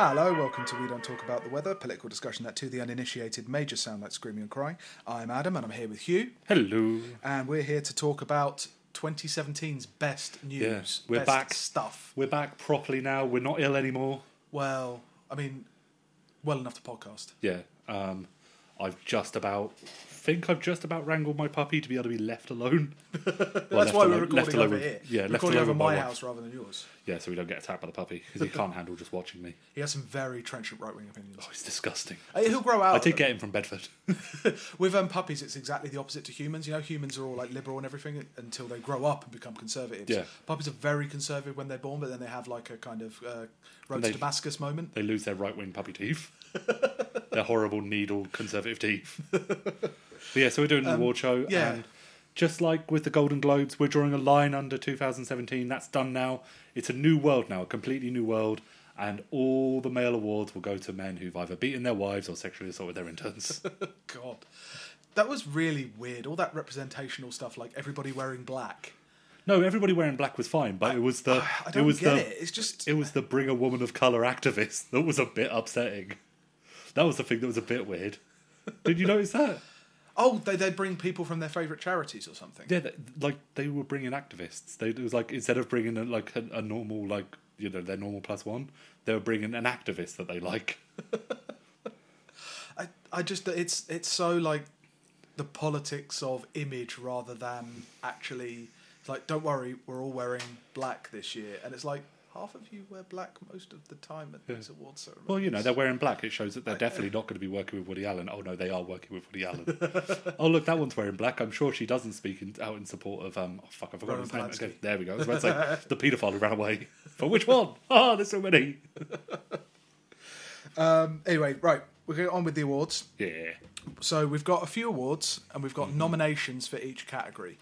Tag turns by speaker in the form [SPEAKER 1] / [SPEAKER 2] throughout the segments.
[SPEAKER 1] Hello, welcome to We Don't Talk About the Weather, political discussion that to the uninitiated may just sound like screaming and crying. I'm Adam and I'm here with Hugh,
[SPEAKER 2] Hello.
[SPEAKER 1] and we're here to talk about 2017's best news.
[SPEAKER 2] Yes, we're
[SPEAKER 1] best
[SPEAKER 2] back.
[SPEAKER 1] Stuff.
[SPEAKER 2] We're back properly now. We're not ill anymore.
[SPEAKER 1] Well, I mean, well enough to podcast.
[SPEAKER 2] Yeah. Um, I've just about think I've just about wrangled my puppy to be able to be left alone. Well,
[SPEAKER 1] That's
[SPEAKER 2] left
[SPEAKER 1] why we're
[SPEAKER 2] alone-
[SPEAKER 1] recording
[SPEAKER 2] left alone
[SPEAKER 1] over
[SPEAKER 2] with-
[SPEAKER 1] here.
[SPEAKER 2] Yeah, left
[SPEAKER 1] recording
[SPEAKER 2] alone
[SPEAKER 1] over
[SPEAKER 2] with
[SPEAKER 1] my
[SPEAKER 2] wife.
[SPEAKER 1] house rather than yours.
[SPEAKER 2] Yeah, so we don't get attacked by the puppy because he can't handle just watching me.
[SPEAKER 1] He has some very trenchant right wing opinions.
[SPEAKER 2] Oh, it's disgusting.
[SPEAKER 1] Hey, he'll grow out
[SPEAKER 2] I
[SPEAKER 1] of
[SPEAKER 2] did
[SPEAKER 1] it.
[SPEAKER 2] get him from Bedford.
[SPEAKER 1] With um, puppies, it's exactly the opposite to humans. You know, humans are all like liberal and everything until they grow up and become conservatives.
[SPEAKER 2] Yeah.
[SPEAKER 1] Puppies are very conservative when they're born, but then they have like a kind of uh, road
[SPEAKER 2] They-
[SPEAKER 1] to Damascus moment.
[SPEAKER 2] they lose their right wing puppy teeth. their horrible needled conservative teeth. But yeah, so we're doing an award show
[SPEAKER 1] Um, yeah.
[SPEAKER 2] and just like with the Golden Globes, we're drawing a line under 2017. That's done now. It's a new world now, a completely new world, and all the male awards will go to men who've either beaten their wives or sexually assaulted their interns.
[SPEAKER 1] God, that was really weird. All that representational stuff, like everybody wearing black.
[SPEAKER 2] no, everybody wearing black was fine, but it was the
[SPEAKER 1] I
[SPEAKER 2] it
[SPEAKER 1] don't
[SPEAKER 2] was um,
[SPEAKER 1] get
[SPEAKER 2] the
[SPEAKER 1] it. It's just
[SPEAKER 2] it was the bring a woman of color activist that was a bit upsetting. That was the thing that was a bit weird. Did you notice that?
[SPEAKER 1] oh, they they bring people from their favorite charities or something.
[SPEAKER 2] Yeah, th like they were bringing activists. They it was like instead of bringing a, like a, a normal like you know their normal plus one, they were bringing an activist that they like.
[SPEAKER 1] I I just it's it's so like the politics of image rather than actually. It's like, don't worry, we're all wearing black this year, and it's like half of you wear black most of the time at these awards ceremonies.
[SPEAKER 2] Well, you know they're wearing black. It shows that they're definitely not going to be working with Woody Allen. Oh no, they are working with Woody Allen. oh look, that one's wearing black. I'm sure she doesn't speak in, out in support of um. Oh fuck, I forgot
[SPEAKER 1] Roman
[SPEAKER 2] his name.
[SPEAKER 1] Polanski.
[SPEAKER 2] Okay, there we go. I was about to say the paedophile who ran away. But which one? Ah, there's so many.
[SPEAKER 1] Um, anyway, right, we're going on with the awards.
[SPEAKER 2] Yeah,
[SPEAKER 1] So we've got a few awards, and we've got nominations for each category.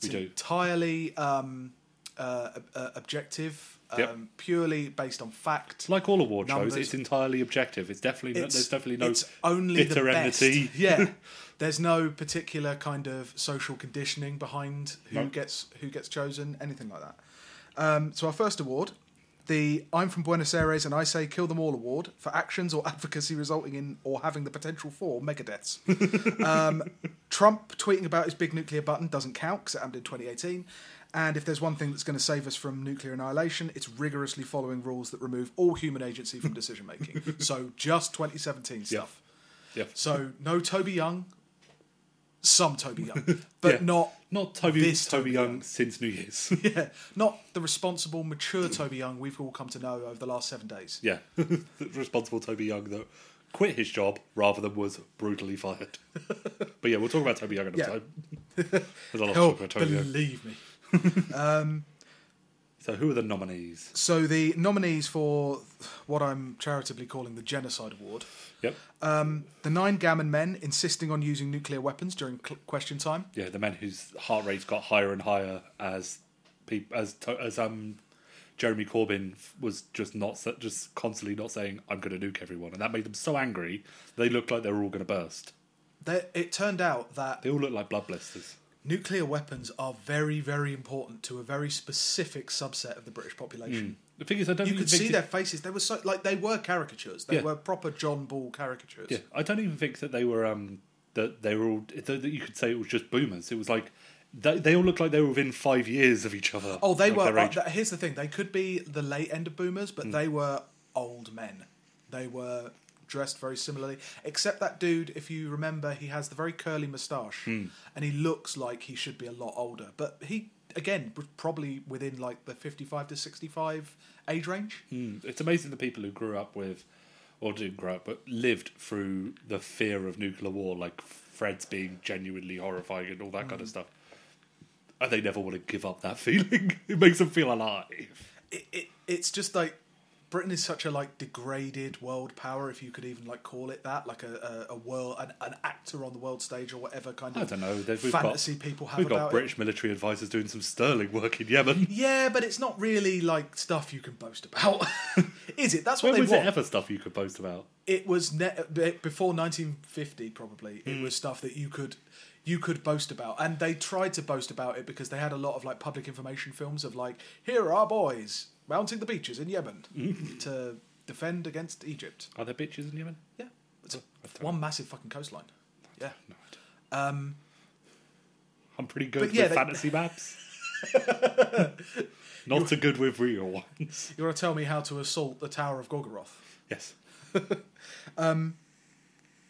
[SPEAKER 2] Mm-hmm. we do.
[SPEAKER 1] entirely um, uh, ob- uh, objective, um,
[SPEAKER 2] Yep.
[SPEAKER 1] purely based on fact.
[SPEAKER 2] Like all award shows,
[SPEAKER 1] Numbers.
[SPEAKER 2] it's entirely objective. It's definitely no, there's definitely no
[SPEAKER 1] it's only the
[SPEAKER 2] bitter
[SPEAKER 1] best.
[SPEAKER 2] enmity.
[SPEAKER 1] Yeah, there's no particular kind of social conditioning behind who
[SPEAKER 2] Nope.
[SPEAKER 1] gets who gets chosen, anything like that. Um, so our first award, the "I'm from Buenos Aires and I say kill them all" award for actions or advocacy resulting in or having the potential for megadeaths. Trump tweeting about his big nuclear button doesn't count because it happened in 2018. And if there's one thing that's going to save us from nuclear annihilation, it's rigorously following rules that remove all human agency from decision making. so just 2017 stuff.
[SPEAKER 2] Yep.
[SPEAKER 1] So no Toby Young, some Toby Young, but
[SPEAKER 2] Yeah.
[SPEAKER 1] not
[SPEAKER 2] Not Toby,
[SPEAKER 1] This
[SPEAKER 2] Toby,
[SPEAKER 1] Toby
[SPEAKER 2] Young,
[SPEAKER 1] Young.
[SPEAKER 2] since New Year's.
[SPEAKER 1] yeah, not the responsible, mature Toby Young we've all come to know over the last seven days.
[SPEAKER 2] yeah. The responsible Toby Young that quit his job rather than was brutally fired. but yeah, we'll talk about Toby Young another
[SPEAKER 1] Yeah.
[SPEAKER 2] time. There's a lot to
[SPEAKER 1] Oh,
[SPEAKER 2] talk about Toby Young.
[SPEAKER 1] believe me.
[SPEAKER 2] So who are the nominees?
[SPEAKER 1] So the nominees for what I'm charitably calling the Genocide Award
[SPEAKER 2] Yep.
[SPEAKER 1] The nine gammon men insisting on using nuclear weapons during cl- question time.
[SPEAKER 2] Yeah, the men whose heart rates got higher and higher as peop as to- as um Jeremy Corbyn f- was just not sa- just constantly not saying I'm going to nuke everyone, and that made them so angry they looked like they were all going to burst.
[SPEAKER 1] There, it turned out that
[SPEAKER 2] They all looked like blood blisters.
[SPEAKER 1] nuclear weapons are very, very important to a very specific subset of the British population.
[SPEAKER 2] The thing is, I don't
[SPEAKER 1] You
[SPEAKER 2] think
[SPEAKER 1] could
[SPEAKER 2] the
[SPEAKER 1] see
[SPEAKER 2] victim-
[SPEAKER 1] their faces. They were so like they were caricatures. They
[SPEAKER 2] Yeah.
[SPEAKER 1] were proper John Ball caricatures.
[SPEAKER 2] Yeah, I don't even think that they were um that they were all that that you could say it was just boomers. It was like they, they all looked like they were within five years of each other.
[SPEAKER 1] Oh, they
[SPEAKER 2] of
[SPEAKER 1] were.
[SPEAKER 2] their
[SPEAKER 1] Uh,
[SPEAKER 2] age. Mm.
[SPEAKER 1] th- here's the thing: they could be the late end of boomers, but they were old men. They were dressed very similarly, except that dude. If you remember, he has the very curly moustache,
[SPEAKER 2] Hmm.
[SPEAKER 1] and he looks like he should be a lot older. But he, again, was probably within like the fifty-five to sixty-five age range.
[SPEAKER 2] Mm, It's amazing the people who grew up with, or didn't grow up, but lived through the fear of nuclear war, like Fred's being genuinely horrifying and all that
[SPEAKER 1] Mm.
[SPEAKER 2] kind of stuff. And they never want to give up that feeling. it makes them feel alive.
[SPEAKER 1] It, it, it's just like. Britain is such a like degraded world power, if you could even like call it that, like a, a, a world, an, an actor on the world stage or whatever kind of
[SPEAKER 2] I don't know. There's, we've
[SPEAKER 1] fantasy
[SPEAKER 2] got,
[SPEAKER 1] people have
[SPEAKER 2] We've
[SPEAKER 1] about
[SPEAKER 2] got
[SPEAKER 1] it.
[SPEAKER 2] British military advisors doing some sterling work in Yemen.
[SPEAKER 1] Yeah, but it's not really like stuff you can boast about, is it? That's what
[SPEAKER 2] When
[SPEAKER 1] they
[SPEAKER 2] was
[SPEAKER 1] want.
[SPEAKER 2] it ever stuff you could boast about?
[SPEAKER 1] It was ne- b- before 1950, probably. It was stuff that you could you could boast about, and they tried to boast about it because they had a lot of like public information films of like, here are our boys mounting the beaches in Yemen to defend against Egypt.
[SPEAKER 2] Are there beaches in Yemen?
[SPEAKER 1] Yeah, it's a-
[SPEAKER 2] I don't-
[SPEAKER 1] one massive fucking coastline. Yeah,
[SPEAKER 2] No, I don't.
[SPEAKER 1] um,
[SPEAKER 2] I'm pretty good
[SPEAKER 1] But yeah,
[SPEAKER 2] with
[SPEAKER 1] they-
[SPEAKER 2] fantasy maps. Not so good with real ones.
[SPEAKER 1] you want to tell me how to assault the Tower of Gorgoroth?
[SPEAKER 2] Yes.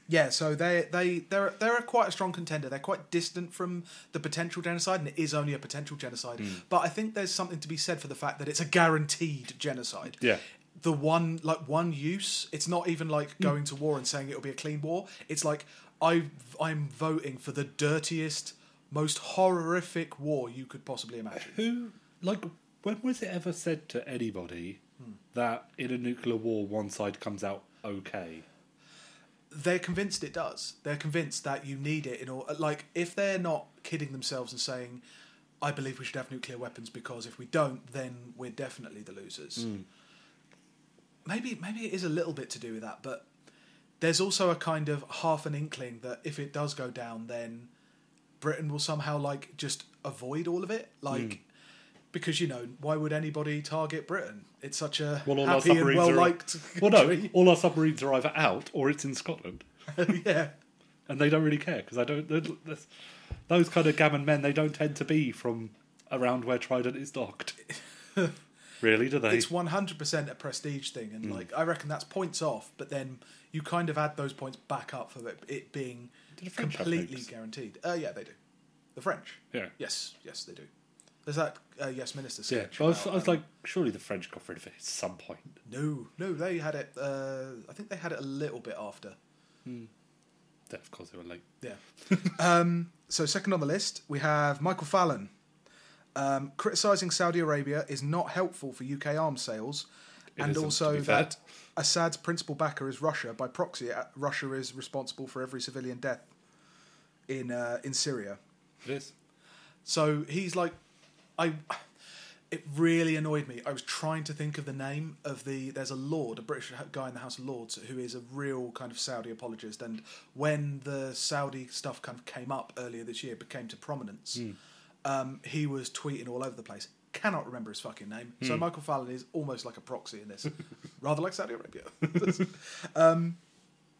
[SPEAKER 1] Yeah, so they they they're they're a quite a strong contender. They're quite distant from the potential genocide, and it is only a potential genocide. But I think there's something to be said for the fact that it's a guaranteed genocide.
[SPEAKER 2] Yeah.
[SPEAKER 1] The one like one use. It's not even like going to war and saying it'll be a clean war. It's like I I'm voting for the dirtiest, most horrific war you could possibly imagine.
[SPEAKER 2] Who, like, when was it ever said to anybody that in a nuclear war one side comes out okay?
[SPEAKER 1] they're convinced it does. They're convinced that you need it in all. Like, if they're not kidding themselves and saying, "I believe we should have nuclear weapons because if we don't, then we're definitely the losers."
[SPEAKER 2] Hmm.
[SPEAKER 1] Maybe, maybe it is a little bit to do with that, but there's also a kind of half an inkling that if it does go down, then Britain will somehow like just avoid all of it, like.
[SPEAKER 2] Hmm.
[SPEAKER 1] Because you know why would anybody target Britain? It's such a
[SPEAKER 2] Well, all
[SPEAKER 1] happy and
[SPEAKER 2] our submarines
[SPEAKER 1] well
[SPEAKER 2] are
[SPEAKER 1] liked.
[SPEAKER 2] well, no, all our submarines are either out or it's in Scotland,
[SPEAKER 1] yeah,
[SPEAKER 2] and they don't really care because I don't. they- that's- Those kind of gammon men, they don't tend to be from around where Trident is docked. really, do they? Mm.
[SPEAKER 1] it's 100% a prestige thing and like i reckon that's points off but then you kind of add those points back up for it, it being
[SPEAKER 2] Do the French have
[SPEAKER 1] completely
[SPEAKER 2] nukes?
[SPEAKER 1] guaranteed uh, yeah they do the french
[SPEAKER 2] Yeah.
[SPEAKER 1] yes yes they do there's that uh, yes minister
[SPEAKER 2] Yeah,
[SPEAKER 1] sketch
[SPEAKER 2] but I was, I
[SPEAKER 1] about,
[SPEAKER 2] was
[SPEAKER 1] um,
[SPEAKER 2] like, surely the French got rid of it at some point.
[SPEAKER 1] no no they had it uh, i think they had it a little bit after
[SPEAKER 2] Yeah, of course, they were late.
[SPEAKER 1] Yeah. um, so second on the list, we have Michael Fallon. Um, criticizing Saudi Arabia is not helpful for UK arms sales,
[SPEAKER 2] It
[SPEAKER 1] and
[SPEAKER 2] isn't, to
[SPEAKER 1] also
[SPEAKER 2] be fair.
[SPEAKER 1] that Assad's principal backer is Russia. By proxy, uh, Russia is responsible for every civilian death in uh, in Syria.
[SPEAKER 2] It is.
[SPEAKER 1] So he's like, I. It really annoyed me. I was trying to think of the name of the. There's a lord, a British guy in the House of Lords, who is a real kind of Saudi apologist. And when the Saudi stuff kind of came up earlier this year, became to prominence, um, he was tweeting all over the place. Cannot remember his fucking name. So Michael Fallon is almost like a proxy in this, rather like Saudi Arabia. Um,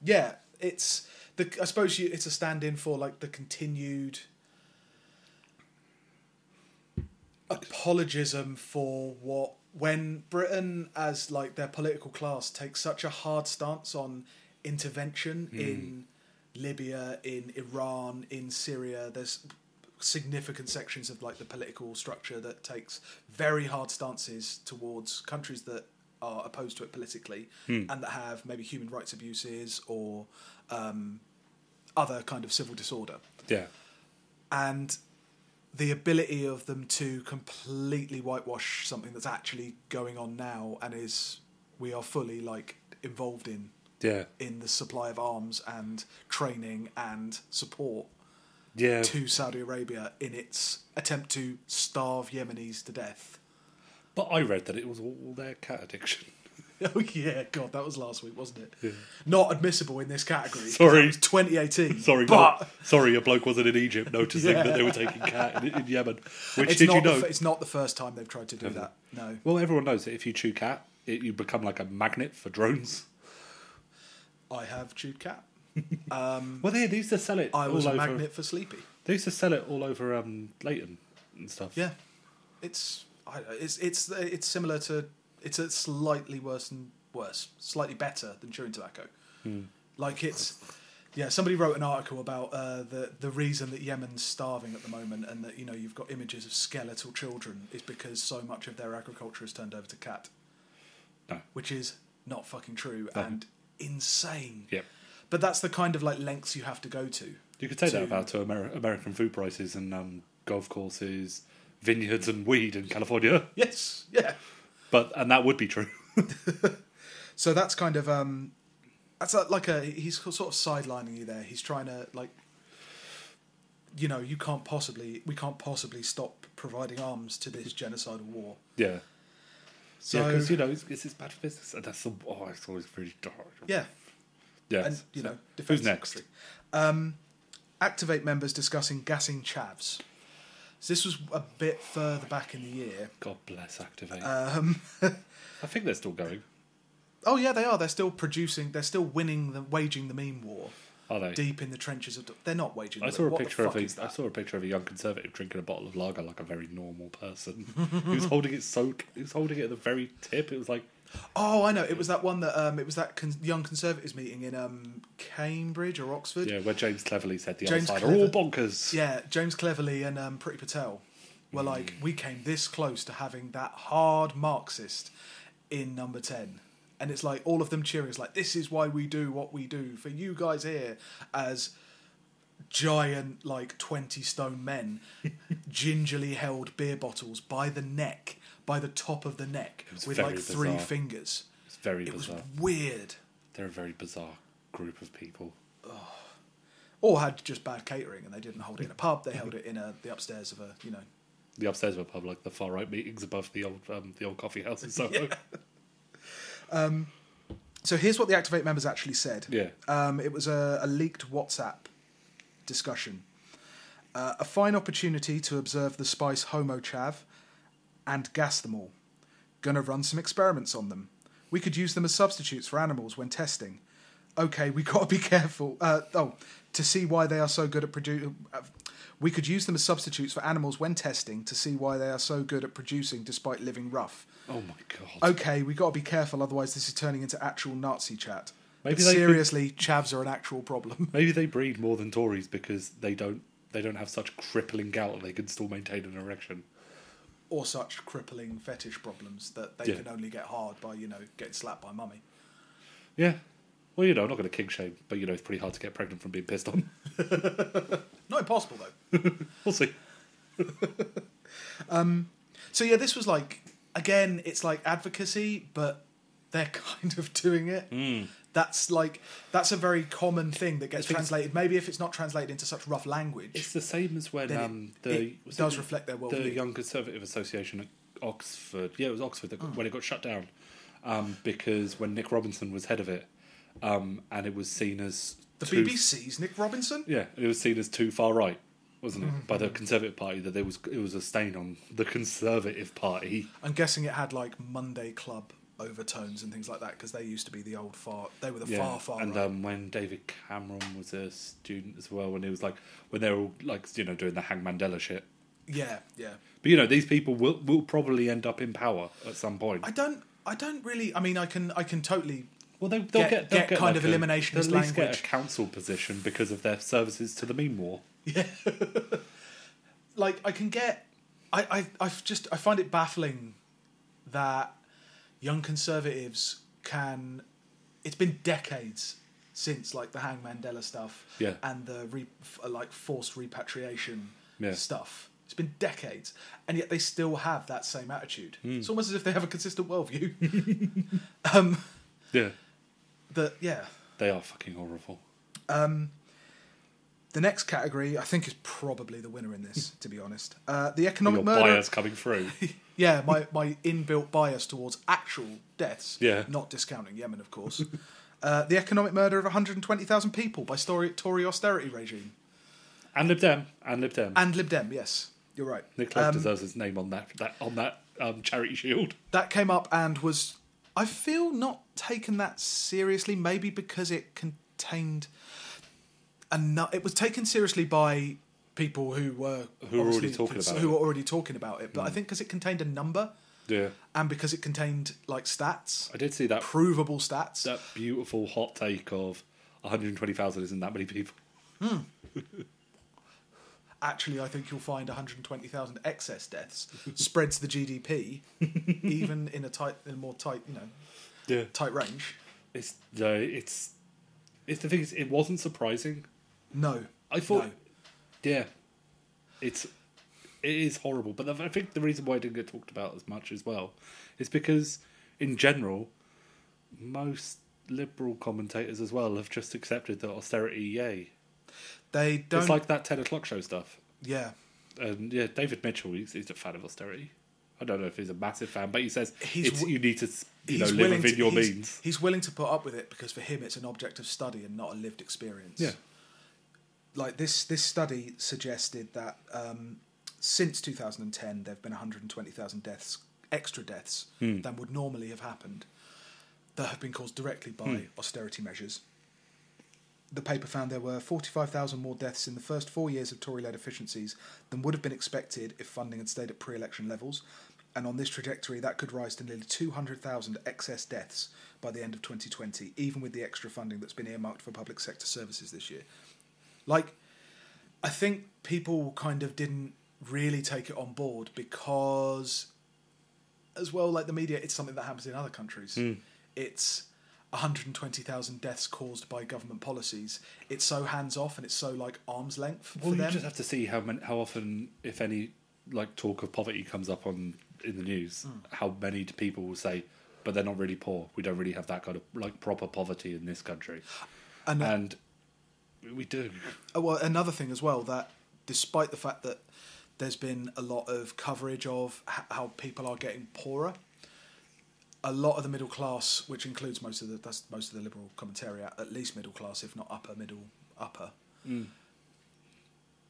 [SPEAKER 1] yeah, it's the. I suppose you, it's a stand-in for like the continued apologism for what when Britain, as like their political class, takes such a hard stance on intervention in Libya, in Iran, in Syria. There's significant sections of like the political structure that takes very hard stances towards countries that are opposed to it politically and that have maybe human rights abuses or um, other kind of civil disorder
[SPEAKER 2] Yeah.
[SPEAKER 1] and the ability of them to completely whitewash something that's actually going on now and is we are fully like involved in
[SPEAKER 2] Yeah.
[SPEAKER 1] in the supply of arms and training and support
[SPEAKER 2] Yeah.
[SPEAKER 1] to Saudi Arabia in its attempt to starve Yemenis to death.
[SPEAKER 2] But I read that it was all their cat addiction.
[SPEAKER 1] Oh yeah, God, that was last week, wasn't it? Not admissible in this category.
[SPEAKER 2] Sorry.
[SPEAKER 1] 2018.
[SPEAKER 2] Sorry,
[SPEAKER 1] but
[SPEAKER 2] no- sorry, a bloke wasn't in Egypt noticing
[SPEAKER 1] Yeah.
[SPEAKER 2] that they were taking cat in, in Yemen. Which
[SPEAKER 1] it's
[SPEAKER 2] did
[SPEAKER 1] not
[SPEAKER 2] you
[SPEAKER 1] the
[SPEAKER 2] know?
[SPEAKER 1] f- it's not the first time they've tried to do that. No.
[SPEAKER 2] well, everyone knows that if you chew cat, it, you become like a magnet for drones.
[SPEAKER 1] I have chewed cat.
[SPEAKER 2] Well, they, they used to sell it.
[SPEAKER 1] Mm. I
[SPEAKER 2] all
[SPEAKER 1] was a
[SPEAKER 2] over,
[SPEAKER 1] magnet for sleepy.
[SPEAKER 2] They used to sell it all over um, Leighton and stuff.
[SPEAKER 1] Yeah, it's I, it's it's it's similar to it's a slightly worse and worse, slightly better than chewing tobacco. Like it's yeah. Somebody wrote an article about uh, the the reason that Yemen's starving at the moment, and that you know you've got images of skeletal children is because so much of their agriculture is turned over to cat,
[SPEAKER 2] No.
[SPEAKER 1] which is not fucking true and insane.
[SPEAKER 2] Yep.
[SPEAKER 1] But that's the kind of like lengths you have to go to.
[SPEAKER 2] You could say
[SPEAKER 1] to-
[SPEAKER 2] that about uh, Amer- American food prices and um, golf courses, vineyards, and weed in California.
[SPEAKER 1] Yes. Yeah.
[SPEAKER 2] But and that would be true.
[SPEAKER 1] So that's kind of um, that's a, like a he's sort of sidelining you there. He's trying to like, you know, you can't possibly we can't possibly stop providing arms to this genocidal war.
[SPEAKER 2] yeah.
[SPEAKER 1] So yeah,
[SPEAKER 2] because you know it's, it's it's bad for business, and that's the, oh, it's always really dark. Yes.
[SPEAKER 1] and you
[SPEAKER 2] So,
[SPEAKER 1] know, defense
[SPEAKER 2] who's next?
[SPEAKER 1] industry. Um, activate members discussing gassing chavs. So this was a bit further back in the year.
[SPEAKER 2] God bless Activate.
[SPEAKER 1] Um,
[SPEAKER 2] I think they're still going.
[SPEAKER 1] Oh yeah, they are. They're still producing. They're still winning the waging the meme war
[SPEAKER 2] Are they?
[SPEAKER 1] deep in the trenches of. They're not waging.
[SPEAKER 2] I
[SPEAKER 1] the-
[SPEAKER 2] saw a
[SPEAKER 1] what the
[SPEAKER 2] picture of
[SPEAKER 1] fuck
[SPEAKER 2] a
[SPEAKER 1] is
[SPEAKER 2] I
[SPEAKER 1] that?
[SPEAKER 2] saw a picture of a young conservative drinking a bottle of lager like a very normal person. he was holding it so he was holding it at the very tip. It was like
[SPEAKER 1] Oh, I know. It was that one that um, it was that con- young conservatives meeting in um, Cambridge or Oxford.
[SPEAKER 2] yeah, where James Cleverly said the
[SPEAKER 1] James
[SPEAKER 2] other side are
[SPEAKER 1] Clever-
[SPEAKER 2] all bonkers.
[SPEAKER 1] Yeah, James Cleverly and um, Pretty Patel were like, we came this close to having that hard Marxist in number 10. And it's like all of them cheering, it's like, this is why we do what we do for you guys here as giant, like 20 stone men, gingerly held beer bottles by the neck, by the top of the neck,
[SPEAKER 2] was
[SPEAKER 1] with
[SPEAKER 2] very
[SPEAKER 1] like three
[SPEAKER 2] bizarre.
[SPEAKER 1] fingers.
[SPEAKER 2] It's very
[SPEAKER 1] It was
[SPEAKER 2] bizarre.
[SPEAKER 1] weird.
[SPEAKER 2] They're a very bizarre group of people.
[SPEAKER 1] Or had just bad catering and they didn't hold it in a pub, they held it in a, the upstairs of a, you know,
[SPEAKER 2] The upstairs were pub, like the far right meetings above the old um, the old coffee house and stuff. Yeah.
[SPEAKER 1] So here's what the Activate members actually said.
[SPEAKER 2] Yeah.
[SPEAKER 1] Um, it was a, a leaked WhatsApp discussion. Uh, a fine opportunity to observe the Spice Homo Chav and gas them all. Gonna run some experiments on them. We could use them as substitutes for animals when testing. Okay, we gotta be careful. Uh, oh, to see why they are so good at producing. Uh, we could use them as substitutes for animals when testing to see why they are so good at producing despite living rough
[SPEAKER 2] Oh my god.
[SPEAKER 1] okay, we got to be careful, otherwise this is turning into actual Nazi chat.
[SPEAKER 2] Maybe
[SPEAKER 1] but
[SPEAKER 2] they
[SPEAKER 1] seriously, chavs are an actual problem.
[SPEAKER 2] Maybe they breed more than Tories because they don't they don't have such crippling gout that they can still maintain an erection.
[SPEAKER 1] or such crippling fetish problems that they
[SPEAKER 2] Yeah.
[SPEAKER 1] can only get hard by, you know, getting slapped by mummy.
[SPEAKER 2] Yeah. Well, you know, I'm not going to kink shame, but you know, it's pretty hard to get pregnant from being pissed on.
[SPEAKER 1] Not impossible, though.
[SPEAKER 2] We'll see.
[SPEAKER 1] so, yeah, this was like, again, it's like advocacy, but they're kind of doing it. That's like, that's a very common thing that gets
[SPEAKER 2] think Hmm. it's-
[SPEAKER 1] translated. Maybe if it's not translated into such rough language.
[SPEAKER 2] It's the same as when
[SPEAKER 1] Then it-
[SPEAKER 2] um, the
[SPEAKER 1] it
[SPEAKER 2] was
[SPEAKER 1] does
[SPEAKER 2] the-
[SPEAKER 1] reflect their
[SPEAKER 2] The
[SPEAKER 1] worldview.
[SPEAKER 2] Young Conservative Association at Oxford, yeah, it was Oxford
[SPEAKER 1] Oh.
[SPEAKER 2] that, when it got shut down um, because when Nick Robinson was head of it, um, and it was seen as
[SPEAKER 1] The
[SPEAKER 2] too-
[SPEAKER 1] BBC's Nick Robinson?
[SPEAKER 2] yeah, and it was seen as too far right, wasn't it,
[SPEAKER 1] Mm-hmm.
[SPEAKER 2] by the Conservative Party that there was it was a stain on the Conservative Party.
[SPEAKER 1] I'm guessing it had like Monday Club overtones and things like that because they used to be the old far. They were the
[SPEAKER 2] Yeah,
[SPEAKER 1] far far.
[SPEAKER 2] and
[SPEAKER 1] right.
[SPEAKER 2] um, when David Cameron was a student as well, when he was like when they were all like you know doing the Hang Mandela shit.
[SPEAKER 1] yeah, yeah.
[SPEAKER 2] But you know these people will will probably end up in power at some point.
[SPEAKER 1] I don't. I don't really. I mean, I can. I can totally.
[SPEAKER 2] Well, they, they'll
[SPEAKER 1] Get-
[SPEAKER 2] get, they'll
[SPEAKER 1] get kind of
[SPEAKER 2] a-
[SPEAKER 1] eliminationist
[SPEAKER 2] they'll at least
[SPEAKER 1] language.
[SPEAKER 2] Get a council position because of their services to the meme war.
[SPEAKER 1] Like, I can get. I. I. I just. I find it baffling that young conservatives can. It's been decades since like the Hang Mandela stuff.
[SPEAKER 2] Yeah.
[SPEAKER 1] And the re, f- like forced repatriation
[SPEAKER 2] Yeah.
[SPEAKER 1] stuff. It's been decades, and yet they still have that same attitude.
[SPEAKER 2] Hmm.
[SPEAKER 1] It's almost as if they have a consistent worldview.
[SPEAKER 2] Yeah,
[SPEAKER 1] that yeah
[SPEAKER 2] they are fucking horrible.
[SPEAKER 1] the next category i think is probably the winner in this
[SPEAKER 2] Hmm.
[SPEAKER 1] to be honest uh, the economic
[SPEAKER 2] Your
[SPEAKER 1] murder
[SPEAKER 2] bias coming through.
[SPEAKER 1] yeah my, my inbuilt bias towards actual deaths
[SPEAKER 2] Yeah.
[SPEAKER 1] not discounting yemen of course uh, the economic murder of 120000 people by story, tory austerity regime
[SPEAKER 2] and Lib Dem, and Lib Dem.
[SPEAKER 1] and lib dem yes you're right
[SPEAKER 2] Nick Clegg
[SPEAKER 1] Um,
[SPEAKER 2] deserves his name on that that on that um, charity shield.
[SPEAKER 1] that came up and was I feel not taken that seriously. Maybe because it contained enough. It was taken seriously by people who were
[SPEAKER 2] Who were already
[SPEAKER 1] obviously
[SPEAKER 2] talking about
[SPEAKER 1] who
[SPEAKER 2] it. Hmm.
[SPEAKER 1] were already talking about it. But I think because it contained a number
[SPEAKER 2] Yeah,
[SPEAKER 1] and because it contained like stats,
[SPEAKER 2] I did see that
[SPEAKER 1] provable stats.
[SPEAKER 2] that beautiful hot take of 120,000 isn't that many people.
[SPEAKER 1] Actually, I think you'll find 120,000 excess deaths spreads the GDP even in a tight, in a more tight, you know,
[SPEAKER 2] Yeah,
[SPEAKER 1] tight range.
[SPEAKER 2] it's no, it's it's the thing is it wasn't surprising.
[SPEAKER 1] No,
[SPEAKER 2] I thought,
[SPEAKER 1] No.
[SPEAKER 2] yeah, it's it is horrible. But I think the reason why it didn't get talked about as much as well is because, in general, most liberal commentators as well have just accepted that austerity. Yay!
[SPEAKER 1] they don't.
[SPEAKER 2] It's like that ten o'clock show stuff.
[SPEAKER 1] yeah.
[SPEAKER 2] And yeah, David Mitchell, he's, he's a fan of austerity. I don't know if he's a massive fan, but he says
[SPEAKER 1] He's
[SPEAKER 2] it's,
[SPEAKER 1] wi-
[SPEAKER 2] you need to you know live within your
[SPEAKER 1] he's,
[SPEAKER 2] means.
[SPEAKER 1] He's willing to put up with it because for him it's an object of study and not a lived experience.
[SPEAKER 2] Yeah.
[SPEAKER 1] Like this, this study suggested that um, since 2010 there have been 120,000 deaths, extra deaths than would normally have happened. that have been caused directly by austerity measures. The paper found there were 45,000 more deaths in the first four years of Tory led efficiencies than would have been expected if funding had stayed at pre election levels, and on this trajectory, that could rise to nearly 200,000 excess deaths by the end of 2020, even with the extra funding that's been earmarked for public sector services this year. Like, I think people kind of didn't really take it on board because, as well, like the media, it's something that happens in other countries. It's 120,000 deaths caused by government policies. It's so hands off and it's so like arm's length
[SPEAKER 2] Well,
[SPEAKER 1] for
[SPEAKER 2] you
[SPEAKER 1] them.
[SPEAKER 2] just have to see how many, how often, if any, like talk of poverty comes up on in the news.
[SPEAKER 1] Hmm.
[SPEAKER 2] How many t- people will say, "But they're not really poor. We don't really have that kind of like proper poverty in this country,"
[SPEAKER 1] and
[SPEAKER 2] and we do.
[SPEAKER 1] Oh, well, another thing as well that despite the fact that there's been a lot of coverage of h- how people are getting poorer, a lot of the middle class, which includes most of the that's most of the liberal commentary, at least middle class, if not upper middle upper,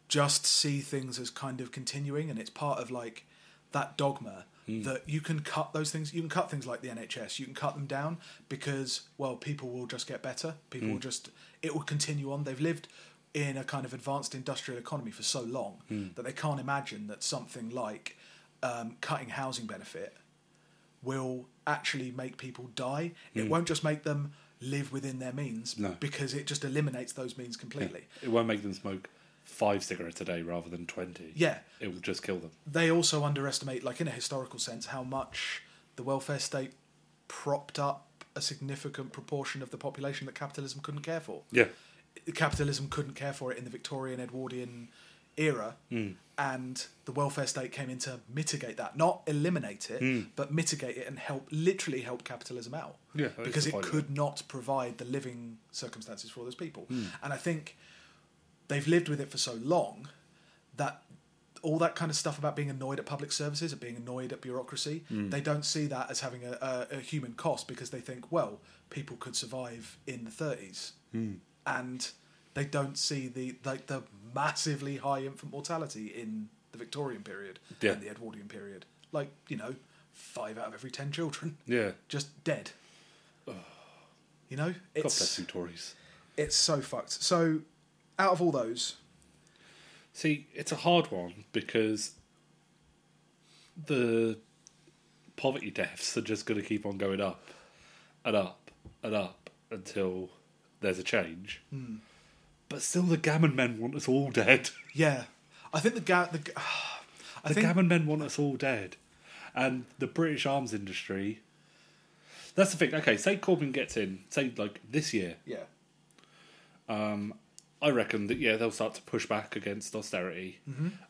[SPEAKER 1] just see things as kind of continuing, and it's part of like that dogma that you can cut those things. You can cut things like the NHS. You can cut them down because well, people will just get better. People will just it will continue on. They've lived in a kind of advanced industrial economy for so long that they can't imagine that something like um, cutting housing benefit will actually make people die. It won't just make them live within their means
[SPEAKER 2] No.
[SPEAKER 1] because it just eliminates those means completely.
[SPEAKER 2] It won't make them smoke five cigarettes a day rather than twenty.
[SPEAKER 1] Yeah.
[SPEAKER 2] it will just kill them.
[SPEAKER 1] they also underestimate, like in a historical sense, how much the welfare state propped up a significant proportion of the population that capitalism couldn't care for.
[SPEAKER 2] Yeah,
[SPEAKER 1] Capitalism couldn't care for it in the Victorian Edwardian era, and the welfare state came in to mitigate that, not eliminate it, but mitigate it and help, literally help capitalism out.
[SPEAKER 2] Yeah, that is
[SPEAKER 1] because
[SPEAKER 2] the
[SPEAKER 1] it
[SPEAKER 2] point of
[SPEAKER 1] could not provide the living circumstances for all those people. And I think they've lived with it for so long that all that kind of stuff about being annoyed at public services and being annoyed at bureaucracy,
[SPEAKER 2] Mm.
[SPEAKER 1] they don't see that as having a, a, a human cost because they think, well, people could survive in the 30s.
[SPEAKER 2] Mm.
[SPEAKER 1] And they don't see the like the massively high infant mortality in the Victorian period
[SPEAKER 2] Yeah.
[SPEAKER 1] and the Edwardian period. Like, you know, five out of every ten children
[SPEAKER 2] yeah.
[SPEAKER 1] just dead. You know? It's,
[SPEAKER 2] God bless you, Tories.
[SPEAKER 1] it's so fucked. So, out of all those,
[SPEAKER 2] See, it's a hard one because the poverty deaths are just going to keep on going up and up and up until there's a change.
[SPEAKER 1] Hmm.
[SPEAKER 2] But still, the gammon men want us all dead.
[SPEAKER 1] yeah, I think the ga- the. ga- I
[SPEAKER 2] The
[SPEAKER 1] think
[SPEAKER 2] gammon men want us all dead. And the British arms industry. That's the thing. Okay, say Corbyn gets in, say like this year,
[SPEAKER 1] yeah,
[SPEAKER 2] I reckon that yeah, they'll start to push back against austerity,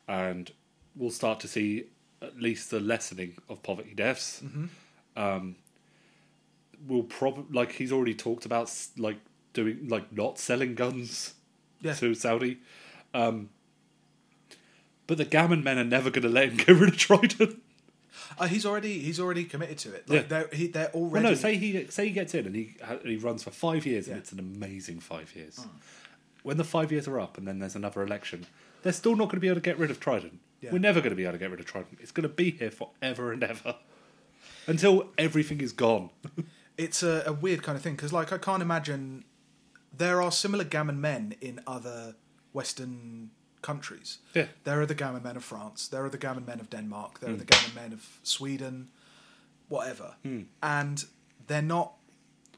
[SPEAKER 2] and we'll start to see at least the lessening of poverty deaths. Um, we'll probably like he's already talked about s- like doing like not selling guns
[SPEAKER 1] Yeah.
[SPEAKER 2] to Saudi. Um, but the gammon men are never going to let him get rid of Trident.
[SPEAKER 1] Uh, he's already he's already committed to it. Like
[SPEAKER 2] Yeah.
[SPEAKER 1] they're he, they're
[SPEAKER 2] Well,
[SPEAKER 1] already.
[SPEAKER 2] no, say he say he gets in and he and he runs for five years
[SPEAKER 1] Yeah.
[SPEAKER 2] and it's an amazing five years. When the five years are up and then there's another election, they're still not going to be able to get rid of Trident.
[SPEAKER 1] Yeah.
[SPEAKER 2] We're never going to be able to get rid of Trident. It's going to be here forever and ever until everything is gone.
[SPEAKER 1] it's a, a weird kind of thing because like I can't imagine there are similar gammon men in other Western countries.
[SPEAKER 2] Yeah.
[SPEAKER 1] there are the gammon men of France. There are the gammon men of Denmark. There are the
[SPEAKER 2] Hmm.
[SPEAKER 1] gammon men of Sweden, whatever, and they're not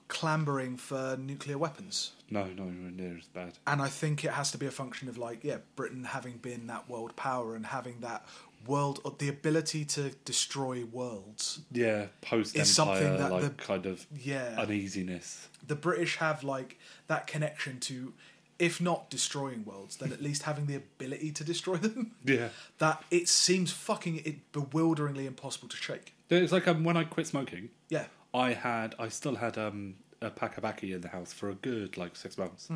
[SPEAKER 1] clambering for nuclear weapons.
[SPEAKER 2] No, no, nowhere near as bad.
[SPEAKER 1] and I think it has to be a function of like yeah, Britain having been that world power and having that world or the ability to destroy worlds.
[SPEAKER 2] Yeah, post
[SPEAKER 1] something
[SPEAKER 2] empire
[SPEAKER 1] that
[SPEAKER 2] like
[SPEAKER 1] the-
[SPEAKER 2] kind of
[SPEAKER 1] Yeah.
[SPEAKER 2] uneasiness.
[SPEAKER 1] The British have like that connection to if not destroying worlds, then at least having the ability to destroy them.
[SPEAKER 2] Yeah,
[SPEAKER 1] That it seems fucking it bewilderingly impossible to shake.
[SPEAKER 2] it's like um, when I quit smoking.
[SPEAKER 1] Yeah.
[SPEAKER 2] I had, I still had um, a pack of baccy in the house for a good like six months,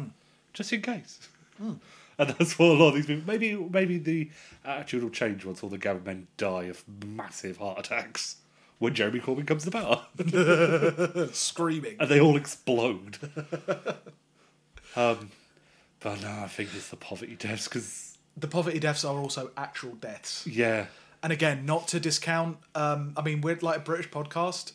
[SPEAKER 2] just in case. And that's what a lot of these people. Maybe, maybe the attitude will change once all the Gavin men die of massive heart attacks when Jeremy Corbyn comes to power,
[SPEAKER 1] Screaming.
[SPEAKER 2] and they all explode. um, but no, I think it's the poverty deaths because
[SPEAKER 1] The poverty deaths are also actual deaths.
[SPEAKER 2] yeah,
[SPEAKER 1] And again, not to discount um I mean we're like a British podcast.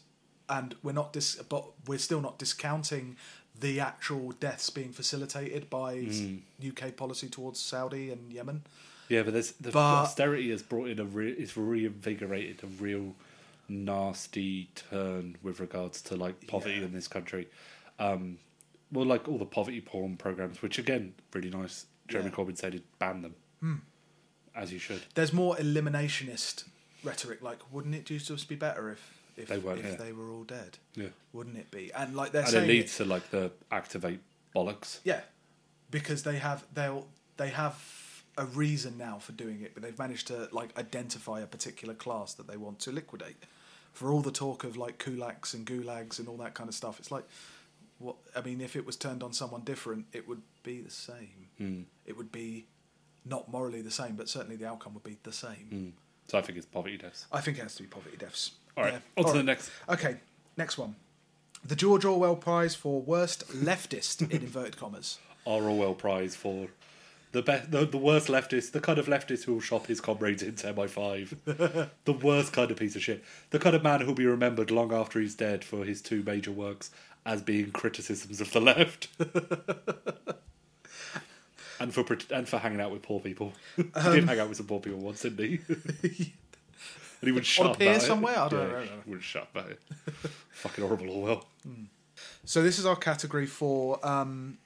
[SPEAKER 1] and we're not dis- but we're still not discounting the actual deaths being facilitated by s-
[SPEAKER 2] Mm.
[SPEAKER 1] UK policy towards Saudi and Yemen.
[SPEAKER 2] Yeah, but there's, the
[SPEAKER 1] But-
[SPEAKER 2] austerity has brought in a re- it's reinvigorated a real nasty turn with regards to like poverty in this country. Um, well, like all the poverty porn programs, which again, really nice. Jeremy
[SPEAKER 1] Yeah. Hmm.
[SPEAKER 2] Corbyn said he'd ban them, as you should.
[SPEAKER 1] There's more eliminationist rhetoric, like wouldn't it just be better if if
[SPEAKER 2] They weren't
[SPEAKER 1] if
[SPEAKER 2] here.
[SPEAKER 1] they were all dead?
[SPEAKER 2] Yeah,
[SPEAKER 1] Wouldn't it be? And like they're
[SPEAKER 2] and it
[SPEAKER 1] saying,
[SPEAKER 2] leads to like the activate bollocks.
[SPEAKER 1] yeah, because they have they'll they have a reason now for doing it, but they've managed to like identify a particular class that they want to liquidate. For all the talk of like kulaks and gulags and all that kind of stuff, it's like, what? I mean, if it was turned on someone different, it would be the same.
[SPEAKER 2] Hmm.
[SPEAKER 1] It would be not morally the same, but certainly the outcome would be the same.
[SPEAKER 2] So I think it's poverty deaths.
[SPEAKER 1] I think it has to be poverty deaths.
[SPEAKER 2] Hmm. All right,
[SPEAKER 1] Yeah.
[SPEAKER 2] on to
[SPEAKER 1] All
[SPEAKER 2] the
[SPEAKER 1] right.
[SPEAKER 2] next.
[SPEAKER 1] Okay, next one. The George Orwell Prize for Worst Leftist in inverted commas.
[SPEAKER 2] R. Orwell Prize for the best, the, the worst leftist, the kind of leftist who will shop his comrades in 10 by 5. the worst kind of piece of shit. The kind of man who'll be remembered long after he's dead for his two major works as being criticisms of the left. and for pret- and for hanging out with poor people. he
[SPEAKER 1] Um,
[SPEAKER 2] did hang out with some poor people once, didn't he? and he would shut
[SPEAKER 1] On a
[SPEAKER 2] up
[SPEAKER 1] pier
[SPEAKER 2] about it.
[SPEAKER 1] somewhere? I don't
[SPEAKER 2] Yeah,
[SPEAKER 1] know.
[SPEAKER 2] He would shut up about it. Fucking horrible oh Orwell.
[SPEAKER 1] So this is our category for um,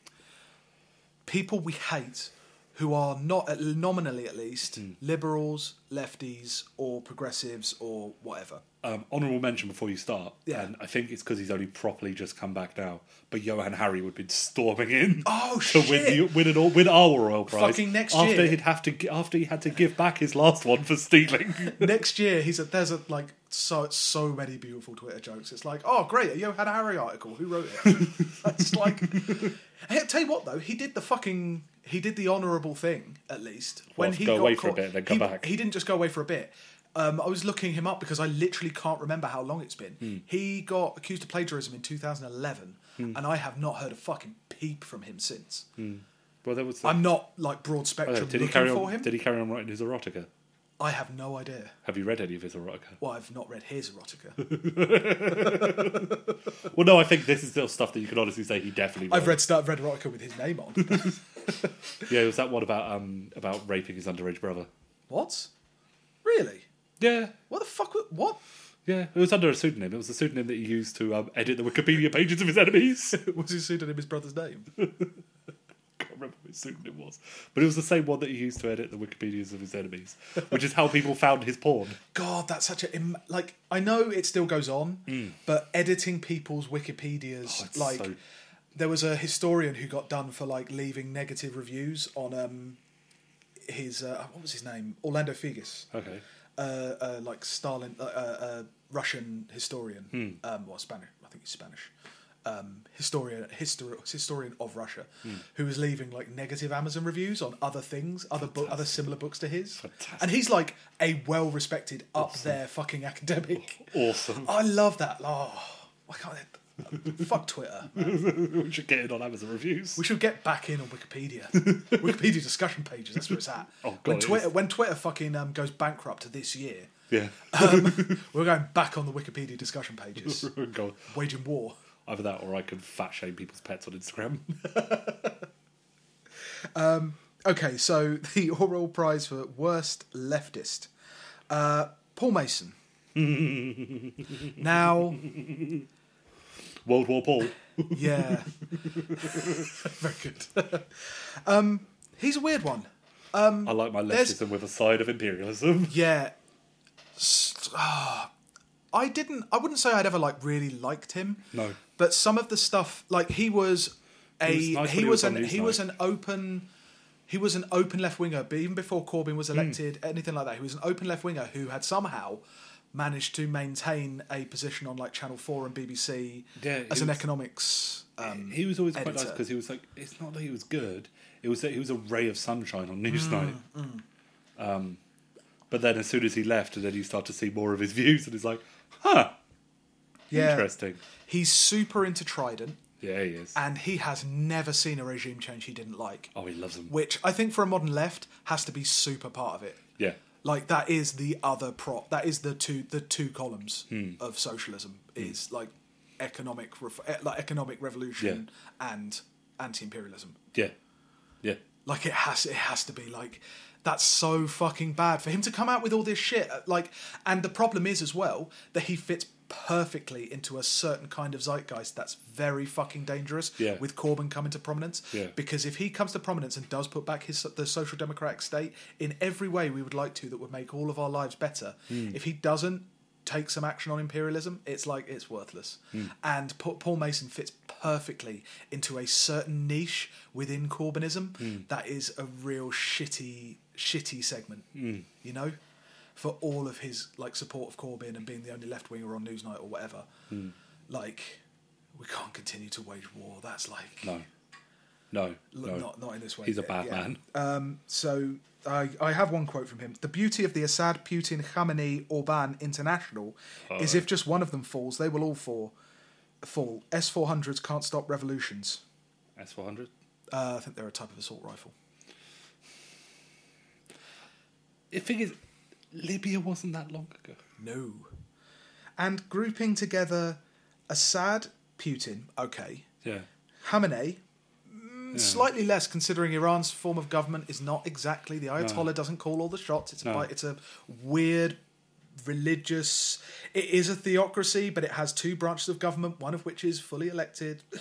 [SPEAKER 1] people we hate who are not, at- nominally at least, liberals, lefties, or progressives, or whatever.
[SPEAKER 2] um, honorable mention before you start,
[SPEAKER 1] Yeah.
[SPEAKER 2] and I think it's because he's only properly just come back now. But Johan Harry would have been storming in
[SPEAKER 1] Oh,
[SPEAKER 2] to
[SPEAKER 1] shit.
[SPEAKER 2] win the, win an all, win our Royal Prize
[SPEAKER 1] Fucking next
[SPEAKER 2] after
[SPEAKER 1] year.
[SPEAKER 2] he'd have to gi- after he had to give back his last one for stealing.
[SPEAKER 1] Next year, he's a, there's a, like so so many beautiful Twitter jokes. It's like, oh great, a Johan Harry article. Who wrote it? it's like, hey, I tell you what though, he did the fucking he did the honourable thing at least
[SPEAKER 2] Well, go away for a bit, then come
[SPEAKER 1] he,
[SPEAKER 2] back.
[SPEAKER 1] He didn't just go away for a bit. Um, I was looking him up because I literally can't remember how long it's been.
[SPEAKER 2] Hmm.
[SPEAKER 1] He got accused of plagiarism in 2011, and I have not heard a fucking peep from him since.
[SPEAKER 2] well, there was.
[SPEAKER 1] I'm not like broad
[SPEAKER 2] Hmm. Oh,
[SPEAKER 1] spectrum
[SPEAKER 2] did he
[SPEAKER 1] looking
[SPEAKER 2] carry
[SPEAKER 1] for
[SPEAKER 2] on?
[SPEAKER 1] him.
[SPEAKER 2] Did he carry on writing his erotica?
[SPEAKER 1] I have no idea.
[SPEAKER 2] Have you read any of his erotica?
[SPEAKER 1] Well, I've not read his erotica.
[SPEAKER 2] Well, no, I think this is still stuff that you can honestly say he definitely.
[SPEAKER 1] I've read Star Red Erotica with his name on.
[SPEAKER 2] Yeah, it was that one about um about raping his underage brother.
[SPEAKER 1] what? Really?
[SPEAKER 2] Yeah,
[SPEAKER 1] What the fuck? wa- What?
[SPEAKER 2] yeah, it was under a pseudonym. It was the pseudonym that he used to um, edit the Wikipedia pages of his enemies.
[SPEAKER 1] Was his pseudonym his brother's name?
[SPEAKER 2] can't remember which pseudonym it was, but it was the same one that he used to edit the Wikipedias of his enemies, which is how people found his porn.
[SPEAKER 1] God, that's such a im- like. I know it still goes on, but editing people's Wikipedias,
[SPEAKER 2] Oh, it's
[SPEAKER 1] like,
[SPEAKER 2] so-
[SPEAKER 1] there was a historian who got done for like leaving negative reviews on um his uh, what was his name Orlando Figes.
[SPEAKER 2] Okay.
[SPEAKER 1] uh, uh, like Stalin, uh, uh, uh, Russian historian,
[SPEAKER 2] Hmm.
[SPEAKER 1] um, well, Spanish, I think he's Spanish, um, historian, histor- historian of Russia,
[SPEAKER 2] Hmm.
[SPEAKER 1] who was leaving like negative Amazon reviews on other things, other book, other similar books to his, and he's like a well-respected, up there fucking academic.
[SPEAKER 2] Awesome.
[SPEAKER 1] I love that. Oh, why can't they? Fuck Twitter. man.
[SPEAKER 2] we should get it on Amazon reviews.
[SPEAKER 1] We should get back in on Wikipedia. Wikipedia discussion pages. That's where it's at.
[SPEAKER 2] Oh, God,
[SPEAKER 1] when
[SPEAKER 2] it
[SPEAKER 1] Twitter
[SPEAKER 2] is.
[SPEAKER 1] when Twitter fucking um, goes bankrupt this year,
[SPEAKER 2] yeah.
[SPEAKER 1] we're going back on the Wikipedia discussion pages,
[SPEAKER 2] Go.
[SPEAKER 1] waging war.
[SPEAKER 2] Either that or I can fat shame people's pets on Instagram.
[SPEAKER 1] Okay, so the Orwell Prize for Worst Leftist. Uh, Paul Mason. now,
[SPEAKER 2] World War Paul.
[SPEAKER 1] yeah. Very good. um, he's a weird one.
[SPEAKER 2] I like my
[SPEAKER 1] Um, There's-
[SPEAKER 2] leftism with a side of imperialism.
[SPEAKER 1] Yeah. S- ah. I didn't, I wouldn't say I'd ever like really liked him.
[SPEAKER 2] No.
[SPEAKER 1] But some of the stuff, like he was a,
[SPEAKER 2] He was
[SPEAKER 1] he
[SPEAKER 2] nice
[SPEAKER 1] was,
[SPEAKER 2] when he was on
[SPEAKER 1] an, he
[SPEAKER 2] Newsnight.
[SPEAKER 1] was an open, he was an open left winger, but even before Corbyn
[SPEAKER 2] Hmm.
[SPEAKER 1] was elected, anything like that, he was an open left winger who had somehow managed to maintain a position on like Channel 4 and BBC
[SPEAKER 2] Yeah,
[SPEAKER 1] as
[SPEAKER 2] he
[SPEAKER 1] an
[SPEAKER 2] was-
[SPEAKER 1] economics. Um,
[SPEAKER 2] he was always quite nice
[SPEAKER 1] editor.
[SPEAKER 2] because he was like, it's not that he was good, it was that he was a ray of sunshine on Newsnight. Um,
[SPEAKER 1] Mm,
[SPEAKER 2] but then as soon as he left, and then you start to see more of his views, and he's like, huh,
[SPEAKER 1] yeah.
[SPEAKER 2] interesting.
[SPEAKER 1] He's super into Trident
[SPEAKER 2] Yeah, he is.
[SPEAKER 1] and he has never seen a regime change he didn't like.
[SPEAKER 2] Oh, he loves them.
[SPEAKER 1] which I think for a modern left has to be super part of it.
[SPEAKER 2] Yeah.
[SPEAKER 1] Like that is the other prop. That is the two the two columns
[SPEAKER 2] Hmm.
[SPEAKER 1] of socialism is like economic ref- eh, like economic revolution and anti-imperialism.
[SPEAKER 2] Yeah. Yeah.
[SPEAKER 1] Like it has it has to be like that's so fucking bad for him to come out with all this shit uh, like and the problem is as well that he fits perfectly into a certain kind of zeitgeist that's very fucking dangerous
[SPEAKER 2] Yeah.
[SPEAKER 1] with Corbyn coming to prominence
[SPEAKER 2] Yeah.
[SPEAKER 1] because if he comes to prominence and does put back his the social democratic state in every way we would like to that would make all of our lives better if he doesn't take some action on imperialism it's like it's worthless and Pa- paul mason fits perfectly into a certain niche within corbynism that is a real shitty shitty segment you know for all of his like support of corbyn and being the only left winger on newsnight or whatever like we can't continue to wage war that's like
[SPEAKER 2] No. No.
[SPEAKER 1] L-
[SPEAKER 2] No.
[SPEAKER 1] Not, not in this way.
[SPEAKER 2] He's a
[SPEAKER 1] Yeah,
[SPEAKER 2] bad
[SPEAKER 1] yeah.
[SPEAKER 2] man.
[SPEAKER 1] Um, so I, I have one quote from him. The beauty of the Assad, Putin, Khamenei, Orban international
[SPEAKER 2] Oh,
[SPEAKER 1] is if just one of them falls, they will all fall. Fall. S-400s can't stop revolutions.
[SPEAKER 2] S four hundred.
[SPEAKER 1] Uh, I think they're a type of assault rifle.
[SPEAKER 2] The thing is, Libya wasn't that long ago.
[SPEAKER 1] No. And grouping together Assad, Putin, okay.
[SPEAKER 2] Yeah.
[SPEAKER 1] Khamenei,
[SPEAKER 2] Hmm.
[SPEAKER 1] mm, slightly less considering Iran's form of government is not exactly the Ayatollah doesn't call all the shots. It's a
[SPEAKER 2] No.
[SPEAKER 1] bi- it's a weird religious. It is a theocracy, but it has two branches of government, one of which is fully elected.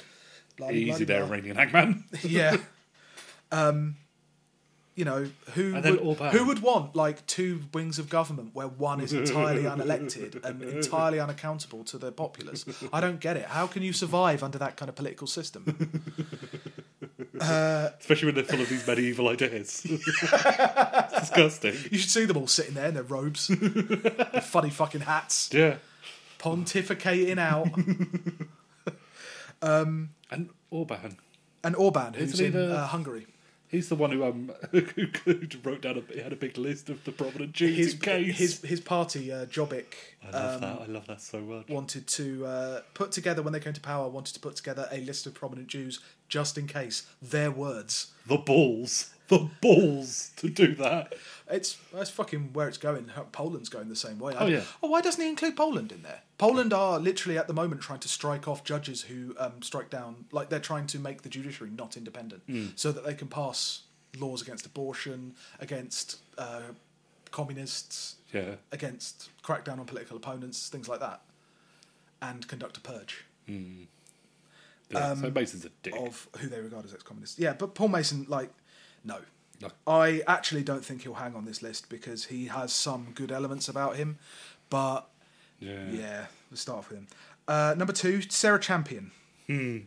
[SPEAKER 1] Blah, blah,
[SPEAKER 2] Easy
[SPEAKER 1] blah,
[SPEAKER 2] there,
[SPEAKER 1] blah.
[SPEAKER 2] Iranian hangman.
[SPEAKER 1] yeah. Um, you know who
[SPEAKER 2] And then
[SPEAKER 1] would,
[SPEAKER 2] Orban.
[SPEAKER 1] who would want like two wings of government where one is entirely unelected and entirely unaccountable to the populace? I don't get it. How can you survive under that kind of political system?
[SPEAKER 2] Especially when they're full of these medieval ideas. it's disgusting.
[SPEAKER 1] You should see them all sitting there in their robes, with funny fucking hats,
[SPEAKER 2] Yeah.
[SPEAKER 1] pontificating out.
[SPEAKER 2] And Orban.
[SPEAKER 1] And Orban, who's
[SPEAKER 2] Isn't
[SPEAKER 1] in
[SPEAKER 2] he the-
[SPEAKER 1] uh, Hungary,
[SPEAKER 2] He's the one who um who wrote down a he had a big list of the prominent Jews
[SPEAKER 1] his
[SPEAKER 2] in case.
[SPEAKER 1] his his party, uh, Jobbik,
[SPEAKER 2] I love that. I love that so much.
[SPEAKER 1] wanted to uh, put together when they came to power, wanted to put together a list of prominent Jews just in case. Their words.
[SPEAKER 2] The balls, the balls to do that.
[SPEAKER 1] It's that's fucking where it's going. How- Poland's going the same way.
[SPEAKER 2] Oh, yeah.
[SPEAKER 1] Oh, why doesn't he include Poland in there? Poland are literally at the moment trying to strike off judges who um, strike down, like they're trying to make the judiciary not independent,
[SPEAKER 2] Hmm.
[SPEAKER 1] so that they can pass laws against abortion, against uh, communists,
[SPEAKER 2] Yeah,
[SPEAKER 1] against crackdown on political opponents, things like that, and conduct a purge
[SPEAKER 2] yeah. so Mason's a dick.
[SPEAKER 1] of who they regard as ex-communists. Yeah, but Paul Mason, like, no.
[SPEAKER 2] No.
[SPEAKER 1] I actually don't think he'll hang on this list because he has some good elements about him, but
[SPEAKER 2] yeah.
[SPEAKER 1] yeah, we'll start off with him. Uh, number two, Sarah Champion.
[SPEAKER 2] Hmm.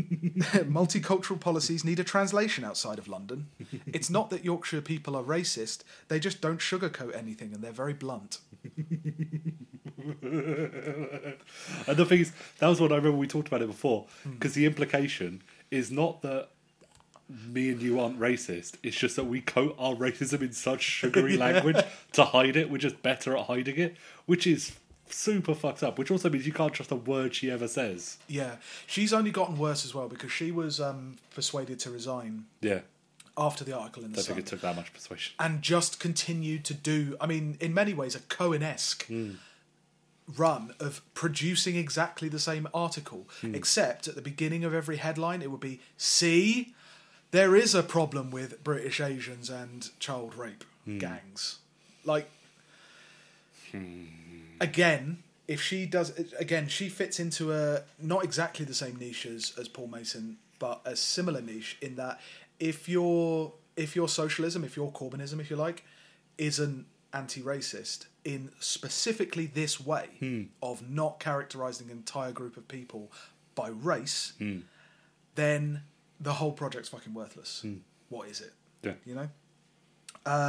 [SPEAKER 1] Multicultural policies need a translation outside of London. It's not that Yorkshire people are racist, they just don't sugarcoat anything and they're very blunt.
[SPEAKER 2] And the thing is, that was what I remember we talked about it before because the implication is not that me and you aren't racist. It's just that we coat our racism in such sugary language to hide it. We're just better at hiding it, which is super fucked up. Which also means you can't trust a word she ever says.
[SPEAKER 1] Yeah, she's only gotten worse as well because she was um, persuaded to resign
[SPEAKER 2] Yeah,
[SPEAKER 1] after the article in the
[SPEAKER 2] don't think
[SPEAKER 1] Sun.
[SPEAKER 2] it took that much persuasion.
[SPEAKER 1] and just continued to do. I mean, in many ways, a Cohen-esque run of producing exactly the same article, except at the beginning of every headline, it would be "See, there is a problem with British Asians and child rape gangs." Like, again. If she does again, she fits into a not exactly the same niche as, as Paul Mason, but a similar niche in that if your if your socialism, if your Corbynism, if you like, isn't anti-racist in specifically this way of not characterizing an entire group of people by race, then the whole project's fucking worthless. What is it?
[SPEAKER 2] Yeah.
[SPEAKER 1] You know. Um,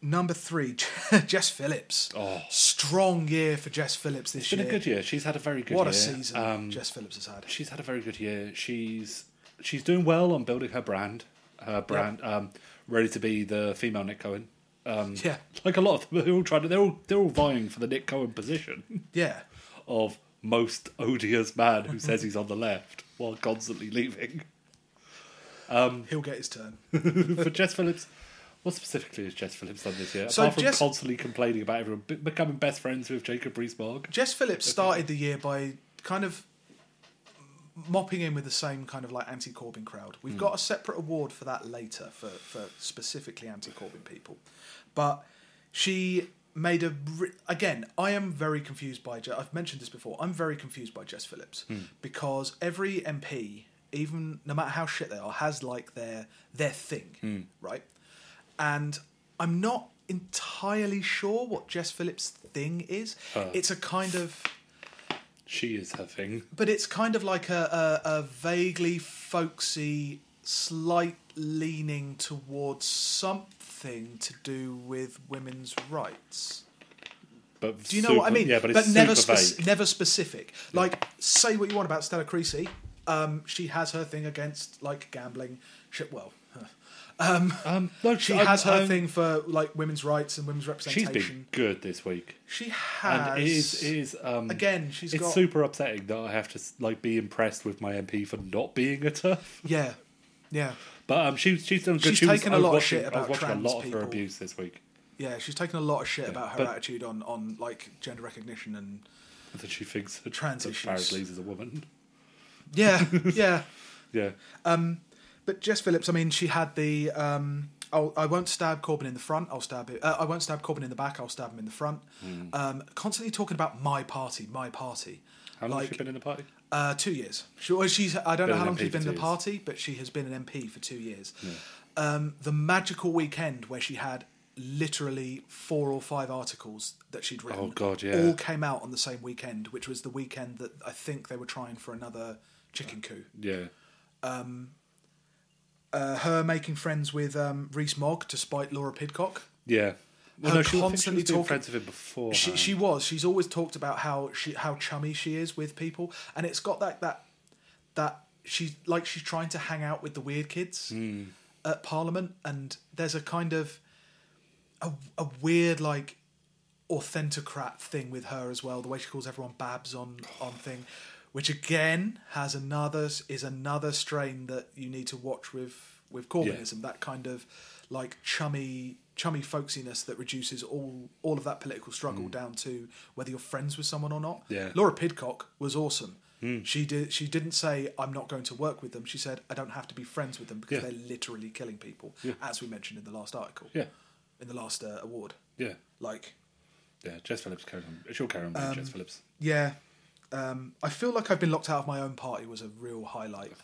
[SPEAKER 1] number three, Jess Phillips.
[SPEAKER 2] Oh.
[SPEAKER 1] Strong year for Jess Phillips this
[SPEAKER 2] It's been
[SPEAKER 1] year.
[SPEAKER 2] a good year. She's had a very good
[SPEAKER 1] what
[SPEAKER 2] year.
[SPEAKER 1] a season
[SPEAKER 2] Um,
[SPEAKER 1] Jess Phillips has had.
[SPEAKER 2] she's had a very good year. She's she's doing well on building her brand. Her brand, um, ready to be the female Nick Cohen. Um,
[SPEAKER 1] Yeah.
[SPEAKER 2] like a lot of them, they're all trying to. They're all they're all vying for the Nick Cohen position
[SPEAKER 1] Yeah.
[SPEAKER 2] of most odious man who says he's on the left while constantly leaving.
[SPEAKER 1] He'll get his turn.
[SPEAKER 2] for Jess Phillips, What specifically has Jess Phillips done this year?
[SPEAKER 1] So
[SPEAKER 2] Apart from
[SPEAKER 1] Jess-
[SPEAKER 2] constantly complaining about everyone, be- becoming best friends with Jacob Rees-Mogg.
[SPEAKER 1] Jess Phillips started the year by kind of mopping in with the same kind of like anti Corbyn crowd. We've got a separate award for that later for, for specifically anti Corbyn people. But she made a. re- Again, I am very confused by. Je- I've mentioned this before. I'm very confused by Jess Phillips because every MP, even no matter how shit they are, has like their their thing, right? And I'm not entirely sure what Jess Phillips' thing is. it's a kind of
[SPEAKER 2] She is her thing.
[SPEAKER 1] but it's kind of like a, a, a vaguely folksy, slight leaning towards something to do with women's rights.
[SPEAKER 2] But
[SPEAKER 1] Do you know what I mean?
[SPEAKER 2] Yeah, but it's super
[SPEAKER 1] never
[SPEAKER 2] vague.
[SPEAKER 1] never specific. Like, say what you want about Stella Creasy. Um, she has her thing against like gambling. Shit, well,
[SPEAKER 2] Um, no,
[SPEAKER 1] she
[SPEAKER 2] I'm-
[SPEAKER 1] has her
[SPEAKER 2] I'm-
[SPEAKER 1] thing for like women's rights and women's
[SPEAKER 2] She's
[SPEAKER 1] representation.
[SPEAKER 2] been good this week,
[SPEAKER 1] She
[SPEAKER 2] and
[SPEAKER 1] has.
[SPEAKER 2] it is, it is um,
[SPEAKER 1] again, she's
[SPEAKER 2] it's
[SPEAKER 1] got
[SPEAKER 2] super upsetting that I have to like be impressed with my MP for not being a turf.
[SPEAKER 1] yeah, yeah,
[SPEAKER 2] But um, she, she's done good.
[SPEAKER 1] She's
[SPEAKER 2] she was,
[SPEAKER 1] taken a
[SPEAKER 2] I was
[SPEAKER 1] lot of
[SPEAKER 2] watching,
[SPEAKER 1] shit
[SPEAKER 2] I was
[SPEAKER 1] about
[SPEAKER 2] watching
[SPEAKER 1] trans
[SPEAKER 2] a lot of
[SPEAKER 1] people.
[SPEAKER 2] her abuse this week.
[SPEAKER 1] yeah. She's taken a lot of shit about her
[SPEAKER 2] but-
[SPEAKER 1] attitude on on like gender recognition and
[SPEAKER 2] That she thinks that
[SPEAKER 1] Trans
[SPEAKER 2] that
[SPEAKER 1] issues.
[SPEAKER 2] Barrett-Lees is a woman.
[SPEAKER 1] Yeah, yeah.
[SPEAKER 2] Yeah,
[SPEAKER 1] But Jess Phillips, I mean, she had the um, I'll, I won't stab Corbyn in the front. I'll stab it. Uh, I won't stab Corbyn in the back. I'll stab him in the front.
[SPEAKER 2] Hmm.
[SPEAKER 1] Um, constantly talking about my party, my party.
[SPEAKER 2] how long has she been in the party?
[SPEAKER 1] Uh, two years. She, well, she's I don't know
[SPEAKER 2] Been
[SPEAKER 1] how
[SPEAKER 2] an
[SPEAKER 1] long
[SPEAKER 2] MP
[SPEAKER 1] she's been
[SPEAKER 2] for
[SPEAKER 1] in the
[SPEAKER 2] two years.
[SPEAKER 1] party, but she has been an MP for two years. Um, the magical weekend where she had literally four or five articles that she'd written.
[SPEAKER 2] Oh, God, yeah.
[SPEAKER 1] All came out on the same weekend, which was the weekend that I think they were trying for another chicken coup.
[SPEAKER 2] Yeah,
[SPEAKER 1] uh, her making friends with um, Reese Mogg despite Laura Pidcock.
[SPEAKER 2] yeah. Well,
[SPEAKER 1] Her
[SPEAKER 2] no, she, I think she
[SPEAKER 1] constantly
[SPEAKER 2] was being
[SPEAKER 1] talking-
[SPEAKER 2] friends with him before.
[SPEAKER 1] She, she was. She's always talked about how she how chummy she is with people, and it's got that that that she's like she's trying to hang out with the weird kids at Parliament, and there's a kind of a, a weird like authentocrat thing with her as well. The way she calls everyone Babs on on thing, which again has another is another strain that you need to watch with with Corbynism. That kind of like chummy chummy folksiness that reduces all all of that political struggle down to whether you're friends with someone or not.
[SPEAKER 2] Mm. Yeah. Mm.
[SPEAKER 1] Laura Pidcock was awesome. She did. She didn't say I'm not going to work with them. She said I don't have to be friends with them because
[SPEAKER 2] Yeah.
[SPEAKER 1] they're literally killing people, as we mentioned in the last article,
[SPEAKER 2] Yeah,
[SPEAKER 1] in the last uh, award.
[SPEAKER 2] yeah,
[SPEAKER 1] Like
[SPEAKER 2] yeah. Jess Phillips carried on. She'll carry on
[SPEAKER 1] Um,
[SPEAKER 2] being Jess Phillips.
[SPEAKER 1] Yeah, um, I feel like I've been locked out of my own party was a real highlight